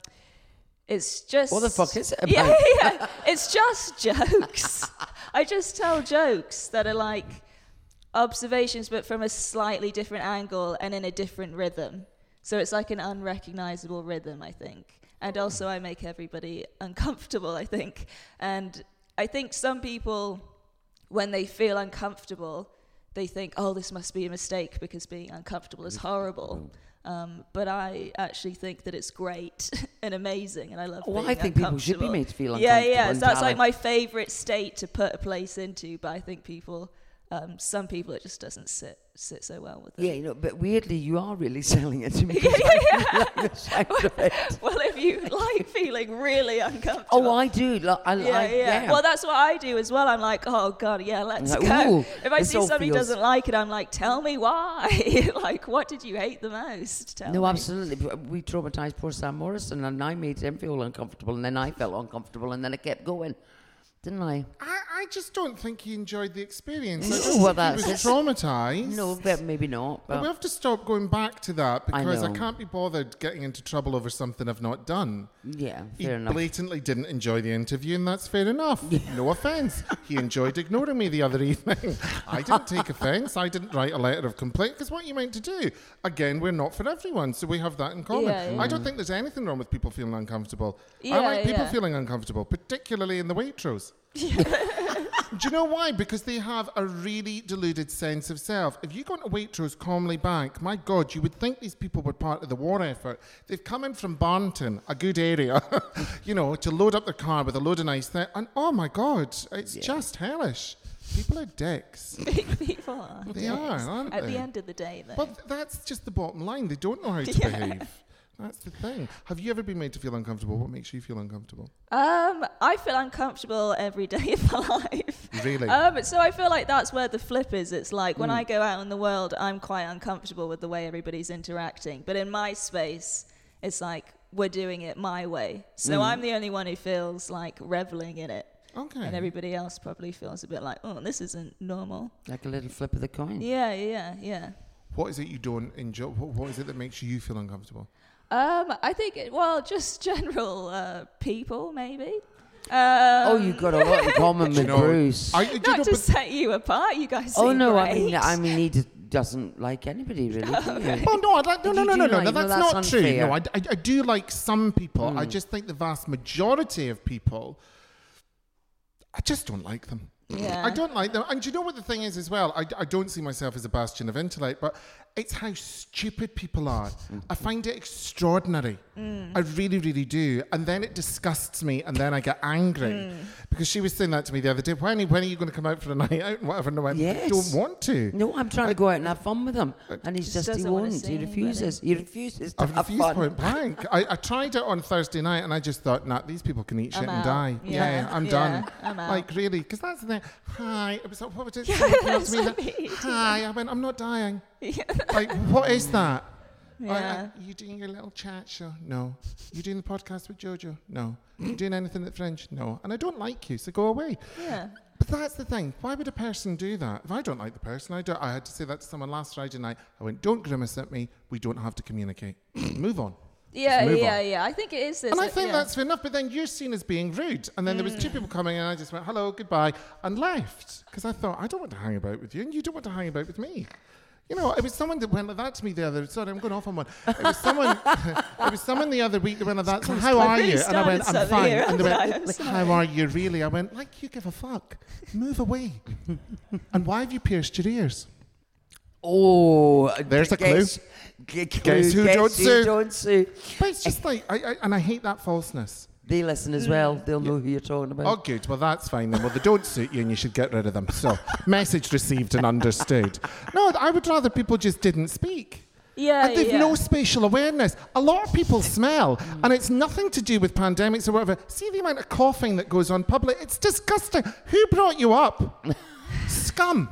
it's just.
What the fuck is it
Yeah,
about?
yeah. It's just jokes. I just tell jokes that are like observations, but from a slightly different angle and in a different rhythm. So it's like an unrecognizable rhythm, I think. And also, I make everybody uncomfortable, I think. And I think some people, when they feel uncomfortable, they think, oh, this must be a mistake because being uncomfortable is horrible. Um, but I actually think that it's great and amazing, and I love.
Well, I
being
think people should be
uncomfortable.
made to feel
Yeah,
uncomfortable
yeah.
and
So that's like
valid.
my favorite state to put a place into, but I think people, um, some people, it just doesn't sit sit so well with them.
Yeah, you know, but weirdly, you are really selling it to me. 'cause I like the sound of it.
well, if you like feeling really uncomfortable.
Oh, I do. Like, I,
Yeah,
I,
yeah, Well, that's what I do as well. I'm like, oh god, yeah, let's
Like, ooh,
go. if I
this
see
all
somebody
feels-
doesn't like it, I'm like, tell me why. like, what did you hate the most? Tell
No,
me.
absolutely. But We traumatized poor Sam Morrison, and I made him feel uncomfortable, and then I felt uncomfortable, and then I kept going, didn't I?
I, I just don't think he enjoyed the experience. I
No,
don't
well,
think
that's
he was
it.
traumatized.
No, but maybe not.
But we
But
have to stop going back to that
I
because I,
know.
can't be bothered getting into trouble over something I've not done.
yeah,
He
fair enough.
blatantly didn't enjoy the interview, and that's fair enough. No offence. He enjoyed ignoring me the other evening. I didn't take offence. I didn't write a letter of complaint because what are you meant to do? Again, we're not for everyone, so we have that in common.
Yeah, yeah.
I don't think there's anything wrong with people feeling uncomfortable. I
Yeah,
like people
yeah.
feeling uncomfortable, particularly in the Waitrose. Do you know why? Because they have a really deluded sense of self. If you go to Waitrose calmly back, my God, you would think these people were part of the war effort. They've come in from Barnton, a good area, you know, to load up their car with a load of nice things. And oh my God, it's just hellish. People are dicks.
people are.
They are, aren't
At
they?
the end of the day, though.
But th- that's just the bottom line. They don't know how to behave. That's the thing. Have you ever been made to feel uncomfortable? What makes you feel uncomfortable?
Um, I feel uncomfortable every day of my life.
Really?
Um, so I feel like that's where the flip is. It's like when I
Hmm.
go out in the world, I'm quite uncomfortable with the way everybody's interacting. But in my space, it's like we're doing it my way. So
Hmm.
I'm the only one who feels like reveling in it.
Okay.
And everybody else probably feels a bit like, oh, this isn't normal.
Like a little flip of the coin.
Yeah, yeah, yeah.
What is it you don't enjoy? What, what is it that makes you feel uncomfortable?
Um, I think, it, well, just general uh, people, maybe. Um,
Oh, you've got a lot in common with Bruce.
I, you
not
know,
to
but-
set you apart. You guys.
oh
seem
no,
great.
I mean, I mean, he d- doesn't like anybody really. do you?
Oh no, I like, no,
You
no, no,
do
no, no,
like-
no,
no,
that's,
that's
not true.
unfair.
No, I, I, I do like some people. I just think the vast majority of people, I just don't like them.
Yeah.
I don't like them. And do you know what the thing is as well? I, I don't see myself as a bastion of intellect, but it's how stupid people are. I find it extraordinary. I really, really do. And then it disgusts me, and then I get angry. Because she was saying that to me the other day. When, are- when are you going to come out for a night out and whatever? And I went, I
Yes.
don't want to.
No, I'm trying to go out and have fun with him, and he's
Just
just, he
doesn't wanna
won't.
see
He refuses. He refuses to
I've
have
refused
fun.
point blank. I, I tried it on Thursday night and I just thought, nah, these people can eat shit
I'm
and
out.
die. Yeah,
Yeah.
I'm
Yeah,
done.
I'm out.
Like, really? Because that's the thing. Hi. It was like, what was it? Someone came up to me and
that's what I
said,
mean.
Hi. I went, I'm not dying.
Yeah.
Like, what is that? Like,
Yeah.
uh, you doing your little chat show? No. You doing the podcast with Jojo? No. You doing anything at Fringe? No. And I don't like you, so go away.
Yeah.
But that's the thing. Why would a person do that? If I don't like the person, I don't. I had to say that to someone last Friday night. I went, "Don't grimace at me. We don't have to communicate. Move on."
Yeah,
move
yeah,
on.
yeah. I think it is this.
And I
uh,
think
yeah. Mm.
that's fair enough. But then you're seen as being rude. And then there was two people coming, and I just went, "Hello, goodbye," and left because I thought I don't want to hang about with you, and you don't want to hang about with me. You know, it was someone that went like that to me the other. Sorry, I'm going off on one. It was someone. it was someone the other week that went like that. So how are
really
you? And I went,
started
I'm
something
fine.
here,
And they
haven't I?
went,
I'm
like, how are you really? I went, like you give a fuck. Move away. and why have you pierced your ears?
Oh,
There's a
guess,
clue.
g- clue,
Guess who don't sue.
don't sue.
But it's just like, I, I, and I hate that falseness.
They listen as well.
Mm.
They'll know who you're talking about.
Oh, good. Well, that's fine then. Well, they don't suit you and you should get rid of them. So, message received and understood. No, I would rather people just didn't speak.
Yeah,
and they've
yeah.
no spatial awareness. A lot of people smell, and it's nothing to do with pandemics or whatever. See the amount of coughing that goes on public. It's disgusting. Who brought you up? Scum.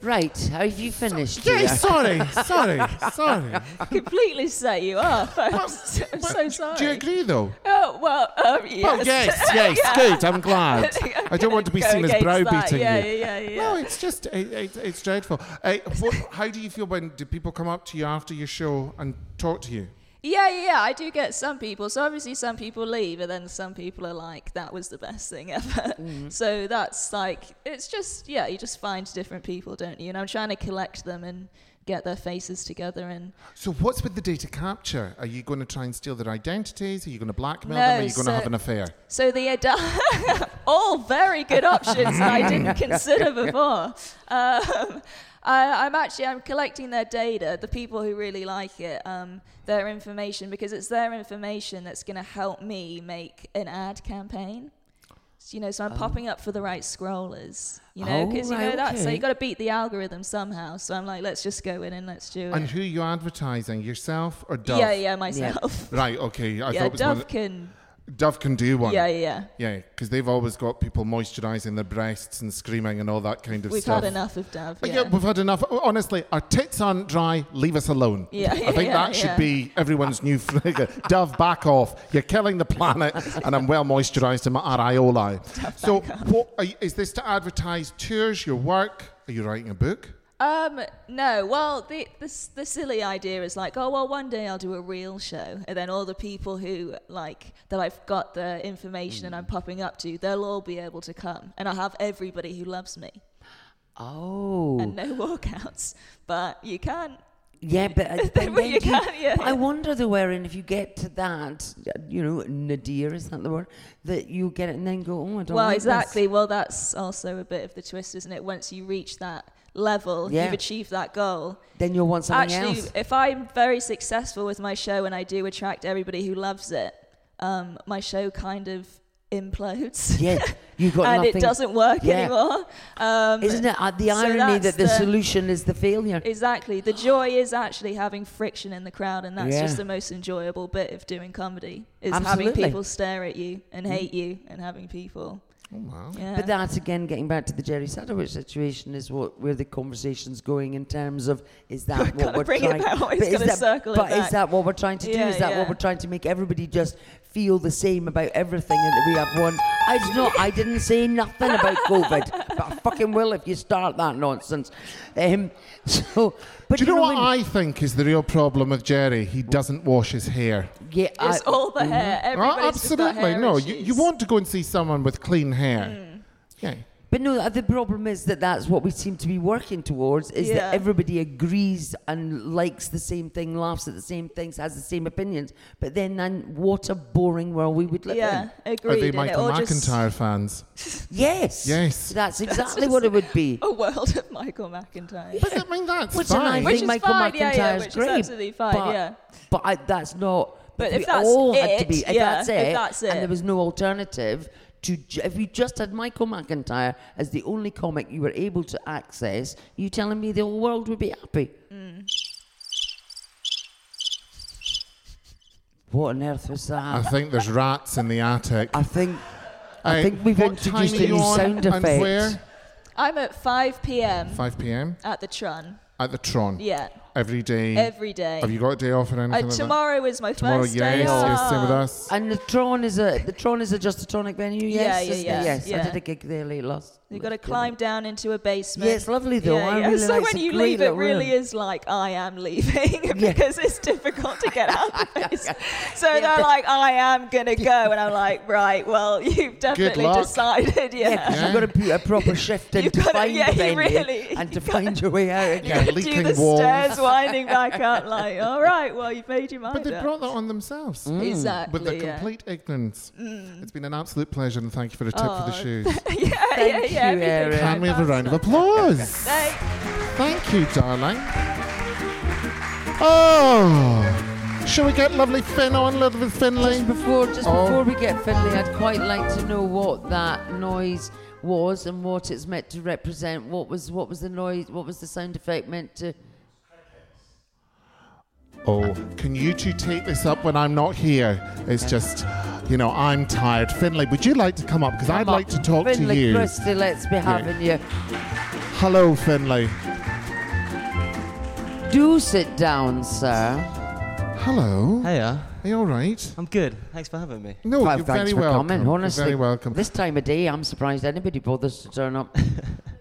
Right, have you finished?
Yeah,
dear?
sorry, sorry, sorry.
completely set you up. I'm so, I'm
But
so
d-
sorry.
Do you agree though?
Oh well, um, yes.
Oh yes, yes, good. I'm glad.
think I'm
I don't want to be
gonna go
seen as
against that.
browbeating
Yeah,
you.
yeah, yeah,
No,
yeah.
it's just it, it, it's dreadful. Uh, what, how do you feel when do people come up to you after your show and talk to you?
Yeah, yeah, yeah. I do get some people. So obviously, some people leave, and then some people are like, "That was the best thing ever." So that's like, it's just yeah, you just find different people, don't you? And I'm trying to collect them and get their faces together and
So what's with the data capture? Are you going to try and steal their identities? Are you going to blackmail
No,
them? Are you going
so-
to have an affair?
So the adult, all very good options that I didn't consider before. Um, I, I'm actually I'm collecting their data, the people who really like it, um, their information because it's their information that's going to help me make an ad campaign. So, you know, so I'm popping up for the right scrollers. You know,
Oh,
because you
right,
know that. So
okay.
you got to beat the algorithm somehow. So I'm like, let's just go in and let's do
And
it.
who are you advertising? Yourself or Dove?
Yeah, yeah, myself.
Right, okay. I
Yeah,
thought it was one of
Dove
the-
can.
Dove can do one.
Yeah, yeah, yeah.
Yeah, because they've always got people moisturising their breasts and screaming and all that kind of
We've
stuff.
had enough of Dove.
Yeah. we've had enough. Honestly, our tits aren't dry. Leave us alone.
Yeah,
I think
yeah,
that should
yeah.
be everyone's new figure. Dove, back off. You're killing the planet, and I'm well moisturised in my areoli. So, what are you, is this to advertise tours, your work? Are you writing a book?
Um, no. Well, the, the s- the silly idea is like, oh well, one day I'll do a real show, and then all the people who like that I've got the information
Hmm.
and I'm popping up to, they'll all be able to come, and I'll have everybody who loves me
Oh.
and no walkouts. But you can't.
Yeah, but I, but
Well,
then
you
do
can't, yeah,
but I
yeah.
wonder though, Erin, if you get to that, you know, nadir is that the word that you get it and then go, oh, I don't.
well,
like this."
exactly. Well, that's also a bit of the twist, isn't it? Once you reach that level,
Yeah.
you've achieved that goal.
Then you'll want something
Actually,
else.
if I'm very successful with my show and I do attract everybody who loves it, um, my show kind of implodes.
Yeah, you got
and
nothing.
it doesn't work
Yeah.
anymore. Um,
Isn't it uh, the
so
irony that
that's
the, solution is the failure?
Exactly. The joy is actually having friction in the crowd, and that's
Yeah.
just the most enjoyable bit of doing comedy is
Absolutely. Mm.
having people stare at you and hate you and having people.
Oh, wow.
Yeah.
But that again, getting back to the Jerry Sadowitz situation, is what where the conversation's going in terms of is that
We've
what
gotta
we're
bring it
trying?
back, always
is
gotta
that,
circle it
but is
back.
that what we're trying to do?
Yeah,
is that what
yeah.
we're trying to make everybody just feel the same about everything and that we have one? I don't know. I didn't say nothing about COVID, but I fucking will if you start that nonsense. Um, so, but
Do you know what
what I?
I think is the real problem with Jerry? He doesn't wash his hair.
mean? Yeah,
it's
I- Mm-hmm.
all the hair.
Oh,
Everybody's just got
absolutely.
hair
No, you,
issues. Mm.
you want to go and see someone with clean hair. Yeah.
But no, the problem is that that's what we seem to be working towards is that
Yeah.
everybody agrees and likes the same thing, laughs at the same things, has the same opinions. But then, then what a boring world we would live
Yeah,
in.
agreed.
Are they
and it
Michael
all just-
McIntyre fans?
Yes.
Yes.
That's exactly what it would be.
A world of Michael McIntyre.
But I mean, that's
Which and I
fine.
Which
think
is
Michael
fine, yeah,
McIntyre's
yeah, which is
great.
absolutely fine,
but,
yeah.
But I, that's not.
But
we
if that's
all had to
it,
be, if
yeah,
that's it,
if that's it.
and there was no alternative to, ju- if you just had Michael McIntyre as the only comic you were able to access, you telling me the whole world would be happy?
Mm.
What on earth was
I
that?
think there's rats in the attic.
I think, I
Uh,
think we've
what
introduced
time are
a
you
new
on
sound
and
effect.
where?
I'm at 5 p.m.
5 p.m.
at the Tron.
at the Tron.
Yeah, Uh,
Every day.
every day.
Have you got a day off or anything?
Uh,
like that?
tomorrow is my
Tomorrow,
first
yes.
day off.
yes, same with us.
And the Tron is a the Tron is a just a tonic venue.
Yeah,
Yes,
yeah,
isn't it?
yeah,
yes. I
yeah.
did a gig there late last.
You've got to
last year.
climb down into a basement.
Yeah, it's lovely though. I really
so
like- it's
when
a
you
great
leave, it
little
really
room.
is like I am leaving
Yeah.
because it's difficult to get out. of this. So
Yeah,
they're
but-
like, I am gonna go, and I'm like, right, well, you've definitely
luck.
decided, yeah.
Yeah, 'cause you've got to put a proper shift in
You've
to
gotta-
find
yeah,
the
you
venue
really-
and to find your way out
Yeah,
again.
Do
leaking
the
walls.
stairs winding back up, like, all right, well, you've made your mind
But they
up.
mm,
brought that on themselves.
Mm. Exactly.
With their
yeah. Mm.
complete ignorance. It's been an absolute pleasure and thank you for a tip for the
Oh,
shoes.
yeah,
Thank
yeah, yeah,
you,
everything
Erin.
Can we have a
fine.
round of applause?
Thank
Thank you, darling. Oh, Shall we get lovely Finn on, lovely Finley?
Just before, just
Oh.
before we get Finley, I'd quite like to know what that noise was and what it's meant to represent. What was what was the noise? What was the sound effect meant to?
Oh, can you two take this up when I'm not here? It's just, you know, I'm tired. Finley, would you like to come up? Because I'd
Come on.
like to talk
Finley
to you.
Christie, let's be having you.
Hello, Finley.
Do sit down, sir.
Hello.
Hiya.
Are you all right?
I'm good. Thanks for having me.
No,
Well,
Oh, you're
thanks
very
for
welcome.
coming.
You're
Honestly,
very welcome.
This time of day, I'm surprised anybody bothers to turn up.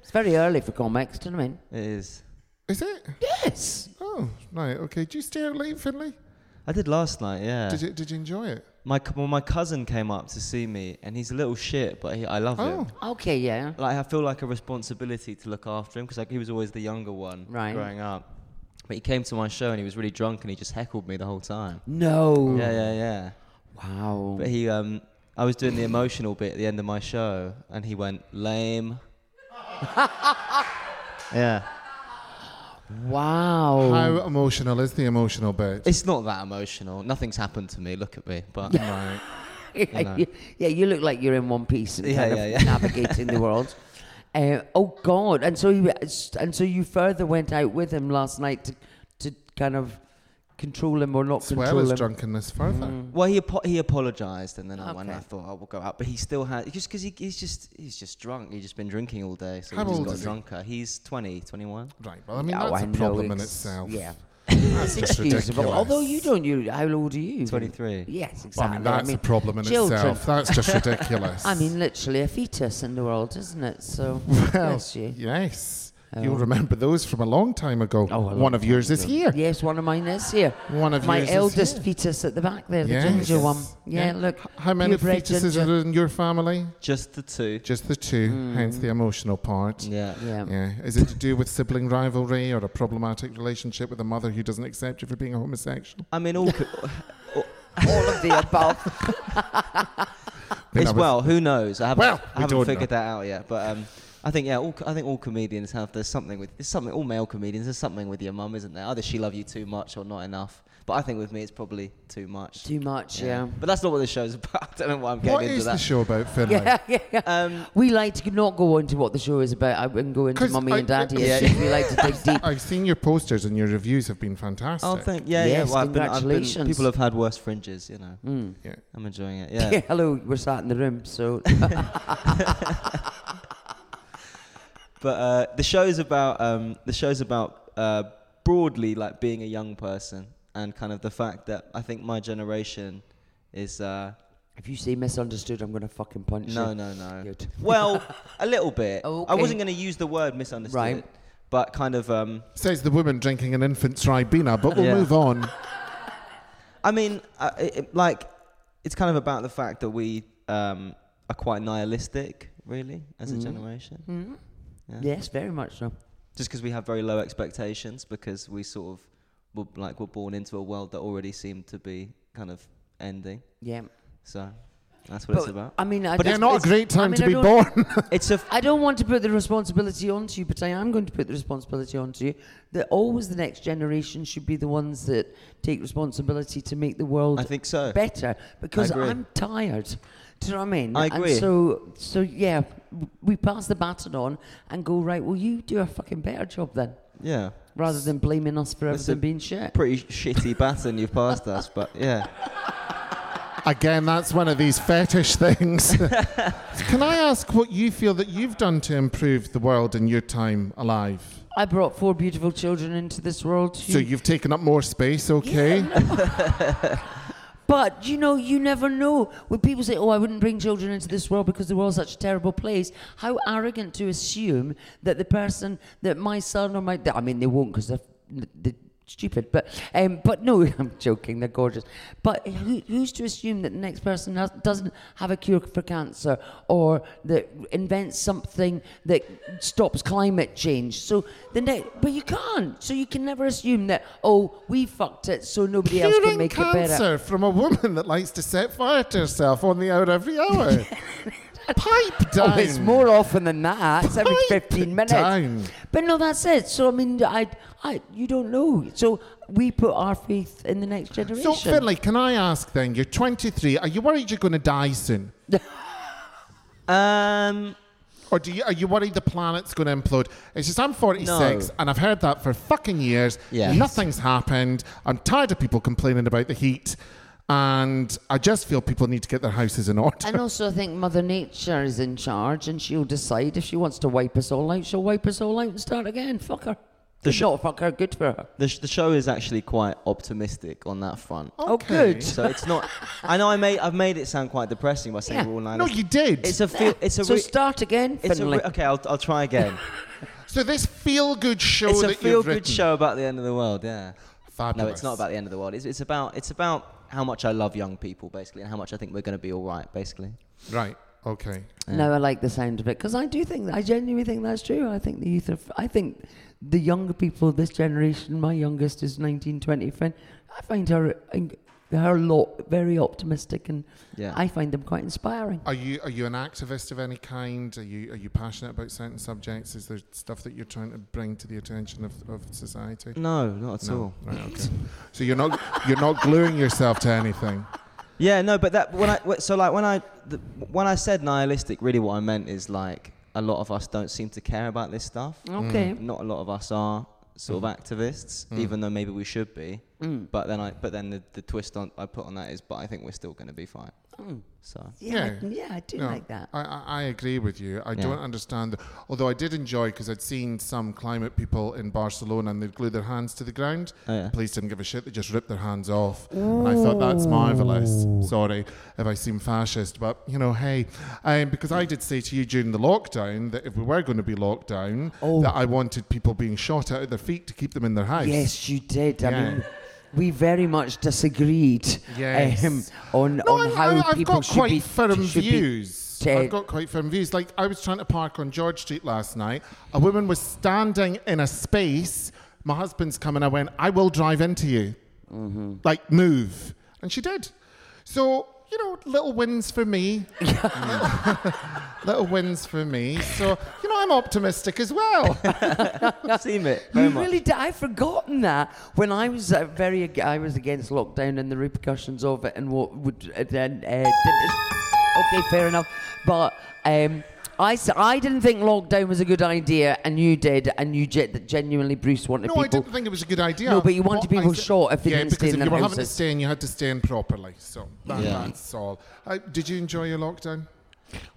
it's very early for comics, do you know what I mean?
It is.
Is it?
Yes.
Oh, right. Okay. Did you stay out late, Finley?
I did last night, yeah.
Did you Did you enjoy it?
My c- well, my cousin came up to see me, and he's a little shit, but he, I love
Oh.
him.
Okay, yeah.
Like I feel like a responsibility to look after him because like he was always the younger one
Right.
growing up. But he came to my show and he was really drunk and he just heckled me the whole time.
No.
Yeah, yeah, yeah.
Wow.
But he, um, I was doing the emotional bit at the end of my show, and he went lame. yeah,
Wow.
Oh. How emotional is the emotional bit?
it's not that emotional. Nothing's happened to me. Look at me, but
right.
yeah, you, yeah, you look like you're in one piece and
Yeah,
kind
yeah,
of
yeah.
navigating the world. Uh, oh God! And so you and so you further went out with him last night to to kind of control him or not
As
control
well as
him.
drunkenness further.
Well, he apo- he apologized, and then I went. and I
Okay.
thought I will go out, but he still had just because he, he's just he's just drunk. He's just been drinking all day, so
How
he just
old
got
is he?
drunker. He's 20, 21.
Right. Well, I mean,
Oh,
that's
I
a
know,
problem in
it's-
itself.
Yeah.
That's just ridiculous.
Excusable. Although you don't, you how old are you?
23.
Yes, exactly.
Well, I mean, that's a problem in
children.
itself. That's just ridiculous.
I mean, literally a fetus in the world, isn't it? So bless you.
yes.
Oh.
You'll remember those from a long time ago.
Oh, a long
One of yours is here.
Yes, one of mine is here.
One of
my
yours is
eldest
here.
fetus at the back there, the
Yes.
ginger
Yes.
one. Yeah, look.
H- How many
purebred
fetuses
ginger.
are in your family?
Just the two.
Just the two, hence the emotional part.
Mm. Yeah.
Yeah.
Yeah. Is it to do with sibling rivalry or a problematic relationship with a mother who doesn't accept you for being a homosexual?
I mean, all. Co-
all of the above.
Then
It's
I was-
well, who knows? I haven't,
Well, we
I haven't
don't
figured
know.
that out yet. But um, I think yeah, all, co- I think all comedians have there's something with there's something all male comedians there's something with your mum, isn't there? Either she love you too much or not enough. But I think with me it's probably too much.
Too much, yeah.
But that's not what the show's about. I don't know why I'm getting
What
into
is
that.
the show about, Finlay?
Yeah, yeah, yeah. we like to not go into what the show is about. I wouldn't go into
Um, 'Cause
mummy
I-
and daddy.
Yeah.
issues. We like to dig deep.
I've seen your posters and your reviews have been fantastic.
Oh, thank yeah, yeah.
Yes,
Well, I've been, I've been,
congratulations.
people have had worse fringes, you know.
Mm. Yeah.
I'm enjoying it. Yeah.
Yeah, hello, we're sat in the room, so
But uh, the show's about um, the show's about uh, broadly like being a young person and kind of the fact that I think my generation is. Uh,
if you say misunderstood, I'm going to fucking punch
No,
you.
no, no.
Good.
Well, a little bit. I
Okay.
wasn't going to use the word misunderstood,
Right.
but kind of. Um,
Says the woman drinking an infant's ribena, but we'll
Yeah.
move on.
I mean, uh, it, it- like, it's kind of about the fact that we um, are quite nihilistic, really, as a generation.
Yes, very much so.
Just because we have very low expectations, because we sort of were like were born into a world that already seemed to be kind of ending.
Yeah.
So that's what
But,
it's about.
I mean, I
But it's
just-
not a
it's-
great
I
time
mean,
to
I
be
don't-
born.
it's a f-
I don't want to put the responsibility onto you, but I am going to put the responsibility onto you that always the next generation should be the ones that take responsibility to make the world
I think so.
better because
agree.
I'm tired. Do you know what I mean?
I agree.
And so, so yeah, w- we pass the baton on and go right. Well, you do a fucking better job then,
yeah.
rather than blaming us for
That's a
everything being shit.
Pretty shitty baton you've passed us, but yeah.
Again, that's one of these fetish things. Can I ask what you feel that you've done to improve the world in your time alive?
I brought four beautiful children into this world.
So you've taken up more space, okay?
But you know, you never know. When people say, "Oh, I wouldn't bring children into this world because the world's such a terrible place," how arrogant to assume that the person that my son or my—I mean, they won't because they're, f- they're stupid. But um, but no, I'm joking. They're gorgeous. But who, who's to assume that the next person has, doesn't have a cure for cancer or that invents something that stops climate change? So the next, but you can't. So you can never assume that. Oh, we fucked it, so nobody else can
Curing
make it better.
cancer from a woman that likes to set fire to herself on the hour every hour. Pipe down.
Oh, it's more often than that. It's every
Pipe
15 minutes.
down.
But no, that's it. So, I mean, I, I, you don't know. So, we put our faith in the next generation.
So, Finlay, can I ask then? You're 23. Are you worried you're going to die soon?
Um,
Or do you, are you worried the planet's going to implode? It's just I'm 46
No.
and I've heard that for fucking years.
Yes.
Nothing's happened. I'm tired of people complaining about the heat. And I just feel people need to get their houses in order.
And also, I think Mother Nature is in charge, and she'll decide if she wants to wipe us all out. She'll wipe us all out and start again. Fuck her. The shot, fuck her. Good for her.
the, sh- the show is actually quite optimistic on that front.
Oh, good.
So it's not. I know I made I've made it sound quite depressing by saying
Yeah.
we're all
No,
nihilists.
you did.
It's a feel. It's a.
so
re-
start again,
it's a
Finlay.
re- okay, I'll, I'll try again.
so this feel-good show
it's
that
a
you've
feel-good
written-
show about the end of the world. Yeah.
Fabulous.
No, it's not about the end of the world. It's, it's about it's about how much I love young people, basically, and how much I think we're going to be all right, basically.
Right. Okay.
No, I like the sound of it because I do think I genuinely think that's true. I think the youth of I think the younger people of this generation. My youngest is 19, 20. Friend, I find her her lot very optimistic, and
Yeah.
I find them quite inspiring.
Are you are you an activist of any kind? Are you are you passionate about certain subjects? Is there stuff that you're trying to bring to the attention of, of society?
No, not at all.
Right, okay. so you're not you're not gluing yourself to anything.
Yeah, no, but that when I wh- so like when I the, when I said nihilistic, really what I meant is like a lot of us don't seem to care about this stuff.
Okay.
Not a lot of us are sort of activists, even though maybe we should be. But then I but then the, the twist on I put on that is, but I think we're still going to be fine. So
Yeah,
Yeah.
I, yeah, I do
No,
like that.
I, I, I agree with you. I don't understand. The, although I did enjoy because I'd seen some climate people in Barcelona and they'd glue their hands to the ground.
yeah.
Police didn't give a shit. They just ripped their hands off. And I thought that's marvelous. Sorry if I seem fascist, but you know, hey, um, because I did say to you during the lockdown that if we were going to be locked down,
Oh.
that I wanted people being shot out of their feet to keep them in their house.
Yes, you did. I
Yeah.
mean, we very much disagreed
Yes.
um, on
No,
on
I,
how
I, I've
people
got
should
quite
be
firm
should be
views.
t-
I've got quite firm views. Like I was trying to park on George Street last night. A woman was standing in a space. My husband's coming. I went. I will drive into you.
Mm-hmm.
Like move, and she did. So you know, little wins for me. little wins for me. So you know, I'm optimistic as well.
I've seen it very
You
much.
really did. I've forgotten that. When I was uh, very, ag- I was against lockdown and the repercussions of it, and what would uh, then. Uh, did- okay, fair enough. But um, I, s- I didn't think lockdown was a good idea, and you did, and you ge- that genuinely Bruce wanted
No,
people.
I didn't think it was a good idea.
No, but you wanted
What
people
I said-
short if they
yeah,
didn't stay
because
in
if
their
you were having to
houses.
stay in, you had to stay in properly. So that,
Yeah.
that's all. Uh, did you enjoy your lockdown?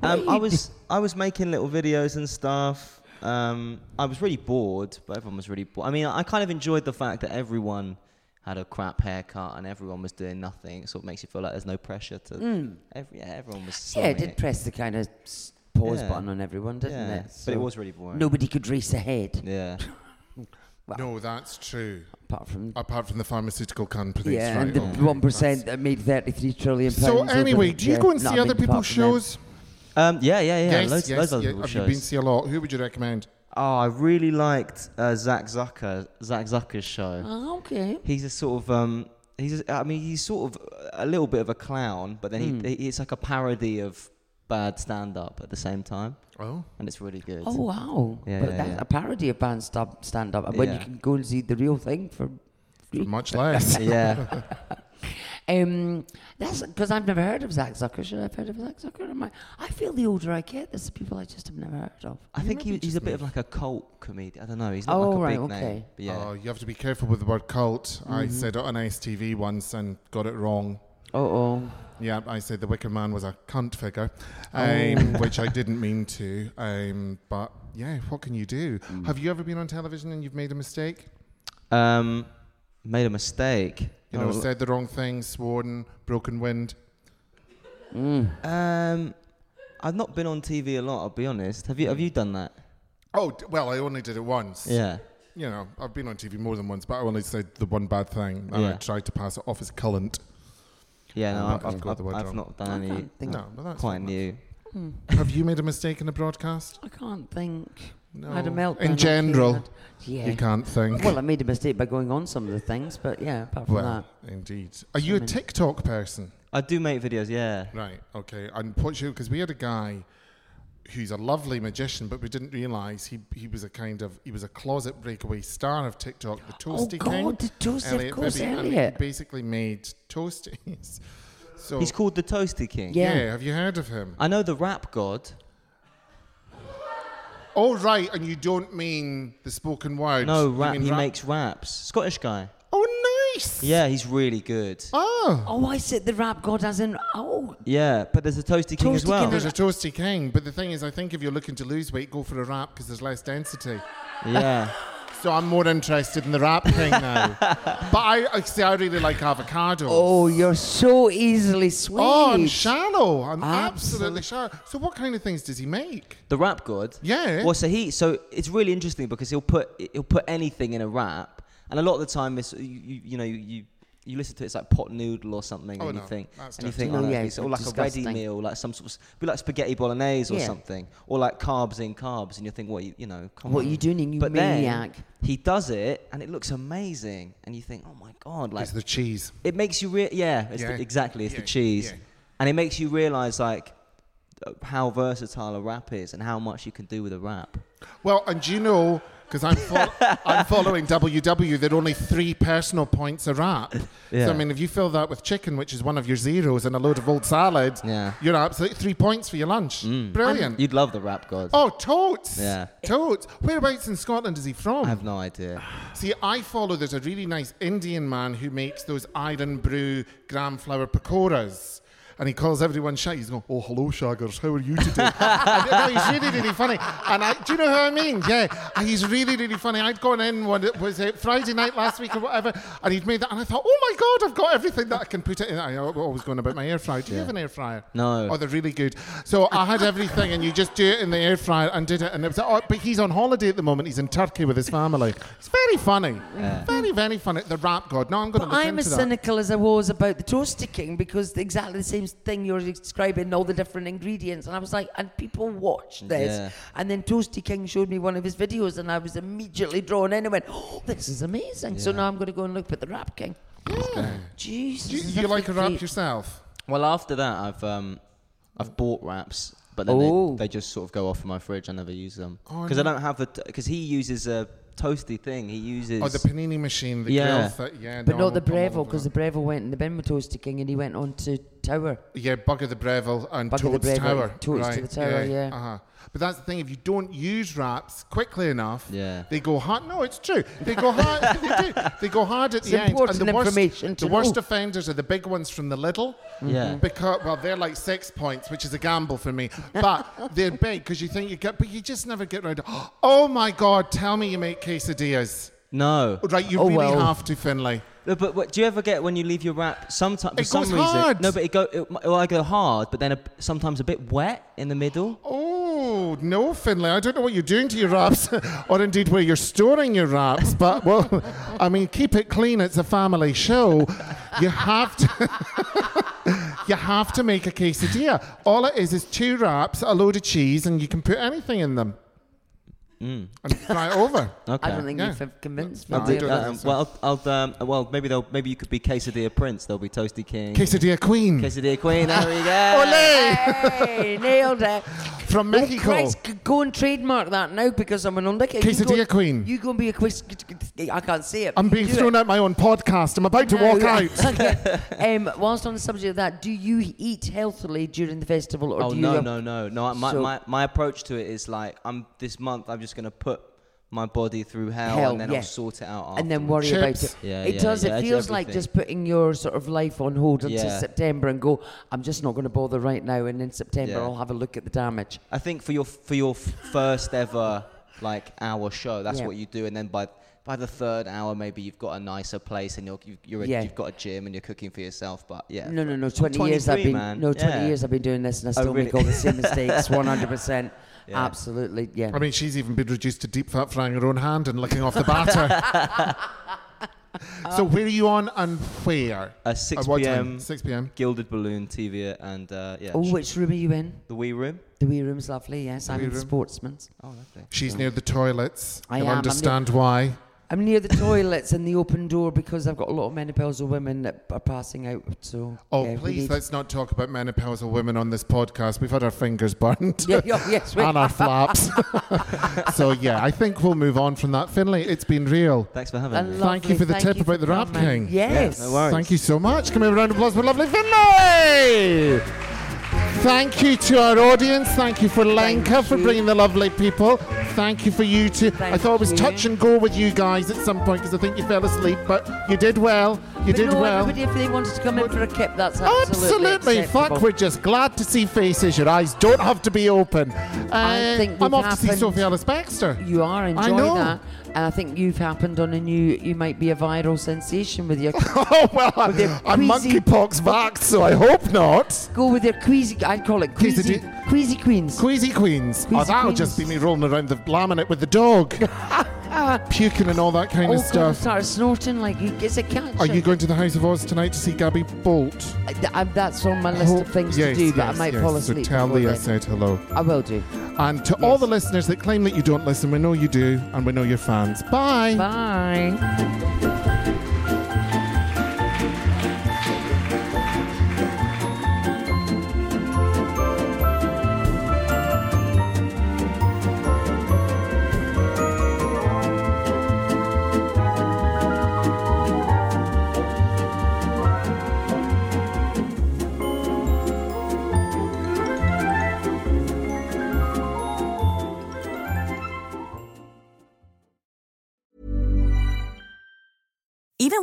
Um, I was I was making little videos and stuff. Um, I was really bored, but everyone was really bored. I mean, I kind of enjoyed the fact that everyone had a crap haircut and everyone was doing nothing. It sort of makes you feel like there's no pressure to. Every, yeah, everyone was.
Hmm. yeah, it
slumming
did press the kind of s- pause
Yeah.
button on everyone, didn't
Yeah,
it?
but it was really boring.
Nobody could race ahead,
Yeah.
No, that's true.
apart from.
Apart from the pharmaceutical companies,
yeah,
right?
and the
okay, that's-
one percent that made thirty-three trillion pounds.
So
over
anyway,
the-
do you
yeah,
go and
not
see
a
other
big
people's
apart from them.
shows?
Um, yeah, yeah, yeah.
yes,
loads,
yes.
loads of other
yeah.
people's
Have
shows.
you been to see a lot? Who would you recommend?
Oh, I really liked uh, Zach Zucker, Zach Zucker's show.
Ah, okay.
He's a sort of um, he's a, I mean he's sort of a little bit of a clown, but
Hmm.
then he, he it's like a parody of bad stand up at the same time,
Oh,
and it's really good.
Oh wow!
Yeah,
but
yeah,
that's
yeah.
a parody of band stub, stand up, and when you
Yeah.
can go and see the real thing for. free.
much less.
Yeah,
Um, that's because I've never heard of Zach Zucker. Should I have heard of Zach Zucker? Am I? I feel the older I get, there's people I just have never heard of.
I think he, he's a bit of like a cult comedian. I don't know. He's not
Oh,
like a
right,
big name.
okay.
But yeah,
Oh, you have to be careful with the word cult. I
Mm-hmm.
said it on STV once and got it wrong.
Uh oh.
Yeah, I said the Wicker Man was a cunt figure, um, which I didn't mean to. Um, but yeah, what can you do?
Mm.
Have you ever been on television and you've made a mistake?
um, made a mistake.
You know,
Oh,
said the wrong thing, sworn, broken wind.
um, I've not been on TV a lot. I'll be honest. Have you? Have you done that?
Oh, d- well, I only did it once.
Yeah.
You know, I've been on TV more than once, but I only said the one bad thing and I
Yeah.
tried to pass it off as cullant.
Yeah,
Oh,
no, I've,
I've
I've,
got the
I've,
word
I've
wrong.
not done any.
think-
No, but that's
quite
not
new.
Have you made a mistake in a broadcast?
I can't think.
No.
I had a meltdown.
In
I
general,
can't- yeah.
You can't think.
Well, I made a mistake by going on some of the things, but yeah, apart from
Well, indeed. Are you a TikTok person?
I do make videos, yeah.
Right. Okay. Unfortunately, because we had a guy who's a lovely magician, but we didn't realise he he was a kind of he was a closet breakaway star of TikTok, the Toasty
Oh, God,
King.
the Toasty, of course,
Bibby, and he
Elliot.
basically made toasties. So
He's called the Toasty King.
yeah.
Yeah.
Have you heard of him?
I know the rap god.
oh right, and you don't mean the spoken word.
No,
you
rap.
mean
He makes raps. Scottish guy.
Oh, nice.
Yeah, he's really good.
Oh.
Oh, I said the rap god as in oh.
Yeah, but there's a Toasty King as
Toasty
well.
King
There's a toasty king, but the thing is, I think if you're looking to lose weight, go for a wrap because there's less density.
yeah.
So I'm more interested in the wrap thing now. but I, I see, I really like avocado.
Oh, you're so easily swayed.
Oh, I'm shallow. I'm absolutely
Absolutely.
shallow. So, what kind of things does he make?
The rap god.
Yeah.
Well, so he so it's really interesting because he'll put he'll put anything in a rap, and a lot of the time it's you you, you know you. you you listen to it, it's like pot noodle or something,
Oh,
and
no,
you think,
that's
and you
disgusting.
think,
No,
oh,
yeah,
yeah,
it's
it's or like a
disgusting.
ready meal, like some sort of, s- be like spaghetti bolognese or
Yeah.
something, or like carbs in carbs, and you think, what, you, you know, come
What
on.
you doing, you
but
maniac?
Then he does it, and it looks amazing, and you think, oh my god, like
It's the cheese.
it makes you real yeah, it's
Yeah.
The, exactly it's
Yeah,
the cheese
yeah.
and it makes you realize like uh, how versatile a rap is and how much you can do with a rap
Well, and do you know, because I'm, fol- I'm following WW, there are only three personal points a wrap.
Yeah.
So, I mean, if you fill that with chicken, which is one of your zeros, and a load of old salad,
Yeah.
you're absolutely three points for your lunch. Brilliant.
you'd love the rap god
Oh, totes!
Yeah.
totes. Whereabouts in Scotland is he from?
i have no idea
See, I follow. There's a really nice Indian man who makes those iron brew gram flour pakoras. And he calls everyone Shag. He's going, oh, hello, Shaggers. How are you today? and, no, he's really, really funny. And I, do you know who I mean? Yeah. And he's really, really funny. I'd gone in, one, it was it Friday night last week or whatever, and he'd made that. And I thought, oh, my God, I've got everything that I can put it in. I always going about my air fryer. Do you have an air fryer?
No.
Oh, they're really good. So I had everything, and you just do it in the air fryer and did it. And it was, oh, but he's on holiday at the moment. He's in Turkey with his family. It's very funny. Very, very funny. The rap god. No, I'm going
But
to look
I'm
into
as
that.
cynical as I was about the toasty king because exactly the same thing you're describing, all the different ingredients. And I was like, and people watch this.
Yeah.
And then Toasty King showed me one of his videos and I was immediately drawn in and went, oh, this is amazing. So now I'm going to go and look at the Rap King.
Yeah.
Jesus.
Do you,
this
you
is
like a rap
great.
yourself?
well after that i've um i've bought raps but then
Oh.
they, they just sort of go off in my fridge i never use them because i don't have the because he uses a toasty thing he uses
Oh, the panini machine, the
Yeah.
grill thing. Yeah,
But
no,
not the
I'm all
Breville
over
because the
that.
Breville went in the bin with Toasty King and he went on to Tower.
Yeah, Bugger the Breville and
Bugger the
Toad's
Breville,
Tower.
Toad's to the Tower, yeah.
Uh-huh. But that's the thing, if you don't use raps quickly enough,
Yeah.
they go hard. No, it's true. They go hard. they, do. they go hard at
It's
the end.
important
the worst,
information to
the worst
know. Mm-hmm.
offenders are the big ones from the little.
yeah
Because well, they're like six points, which is a gamble for me. But they're big because you think you get, but you just never get round. to. Oh my God! Tell me you make quesadillas.
no
Right, you
Oh,
really
well.
have to, Finlay.
No, but what, do you ever get when you leave your wrap? Sometimes for
It
some
goes
reason,
hard.
no, but it go. It, well, I go hard, but then a, sometimes a bit wet in the middle.
Oh no, Finlay! I don't know what you're doing to your wraps, or indeed where you're storing your wraps. But well, I mean, keep it clean. It's a family show. You have to. You have to make a quesadilla. All it is is two wraps, a load of cheese, and you can put anything in them.
Mm.
And fry it over.
Okay.
I don't think
Yeah.
you've convinced me.
No, I
there.
don't
Uh,
think so.
well, I'll, I'll, um, well, maybe they'll, maybe you could be quesadilla prince. They'll be toasty king.
Quesadilla Queen.
Quesadilla queen. There we go.
Olé!
Hey, nailed it.
From
Oh,
Mexico.
Christ, g- go and trademark that now because I'm an unlucky.
Quesadilla
you go,
queen.
You go and be a quiz. I can't say it.
I'm being
Do
thrown
it.
out my own podcast. I'm about to walk
No.
out.
um, whilst on the subject of that, do you eat healthily during the festival, or
Oh
do you?
no, no, no, no. My,
So-
my, my approach to it is like I'm this month. I'm just gonna put my body through hell,
Hell,
and then
yeah.
I'll sort it out. Afterwards.
And then worry about
Chips.
it.
Yeah,
it
yeah,
does.
yeah,
it
it's
feels like
everything.
just putting your sort of life on hold until
Yeah.
September and go. I'm just not going to bother right now, and in September
Yeah.
I'll have a look at the damage.
I think for your for your f- first ever like hour show, that's
Yeah.
what you do, and then by by the third hour, maybe you've got a nicer place and you're you've, you're a,
Yeah.
you've got a gym and you're cooking for yourself. But yeah,
No, no, no.
I'm
Twenty years I've
23,
been
man.
no twenty
Yeah.
years I've been doing this, and I still make
really?
all the same mistakes. One hundred percent.
Yeah.
Absolutely. Yeah.
I mean, she's even been reduced to deep fat frying her own hand and licking off the batter. so where are you on and where?
Uh, 6
At what
p.m.
time? 6 p.m.
Gilded Balloon TV and uh, yeah,
oh,
sh-
which room are you in?
the Wii Room.
The wee room's lovely. Yes, I'm in Sportsman's.
Oh, lovely.
She's near the toilets.
I
You'll
am, I'm
understand why.
I'm near the toilets and the open door because I've got a lot of menopausal women that are passing out. So
Oh,
yeah, we
please,
need-
let's not talk about menopausal women on this podcast. We've had our fingers burnt.
Yeah, yeah, yes, we-
and our flaps. so, yeah, I think we'll move on from that. Finlay, it's been real.
Thanks for having
A
me.
Thank you
lovely-
for the tip about the
for
Rap
coming.
King.
Yes.
no worries.
Thank you so much. Can we have a round of applause for lovely Finlay? Thank you to our audience. Thank you for Lenka for
you.
bringing the lovely people. Thank you for you too. I
Thank
thought it was
you.
touch and go with you guys at some point because I think you fell asleep, but you did well. You
But
did
no,
well.
everybody, if they wanted to come in for a kip, that's absolutely
Absolutely. Fuck,
acceptable.
we're just glad to see faces. Your eyes don't have to be open.
I
Uh,
think we've
I'm off to see
happened-
Sophie Ellis Baxter.
You are
I
enjoying
know.
that, and I think you've happened on a new. You might be a viral sensation with your
Oh, well, I'm,
the
I'm
queasy-
monkeypox vaxxed, so I hope not.
go with your queasy. I'd call it
Queasy
queasy,
di-
queasy queens.
Queasy Queens. oh,
Queasy
that'll
Queens.
just be me rolling around the laminate with the dog, puking and all that kind
Oh,
of
God,
stuff.
start snorting like you- it's a catch.
Are you going to the House of Oz tonight to see Gabby Bolt?
I, that's on my list of
Ho-
things
Oh, yes,
to do, but I
yes,
might
yes.
fall asleep.
So tell
before
Lee I
then.
said hello.
I will do.
And to all the listeners that claim that you don't listen, we know you do, and we know you're fans. Bye.
Bye.
Even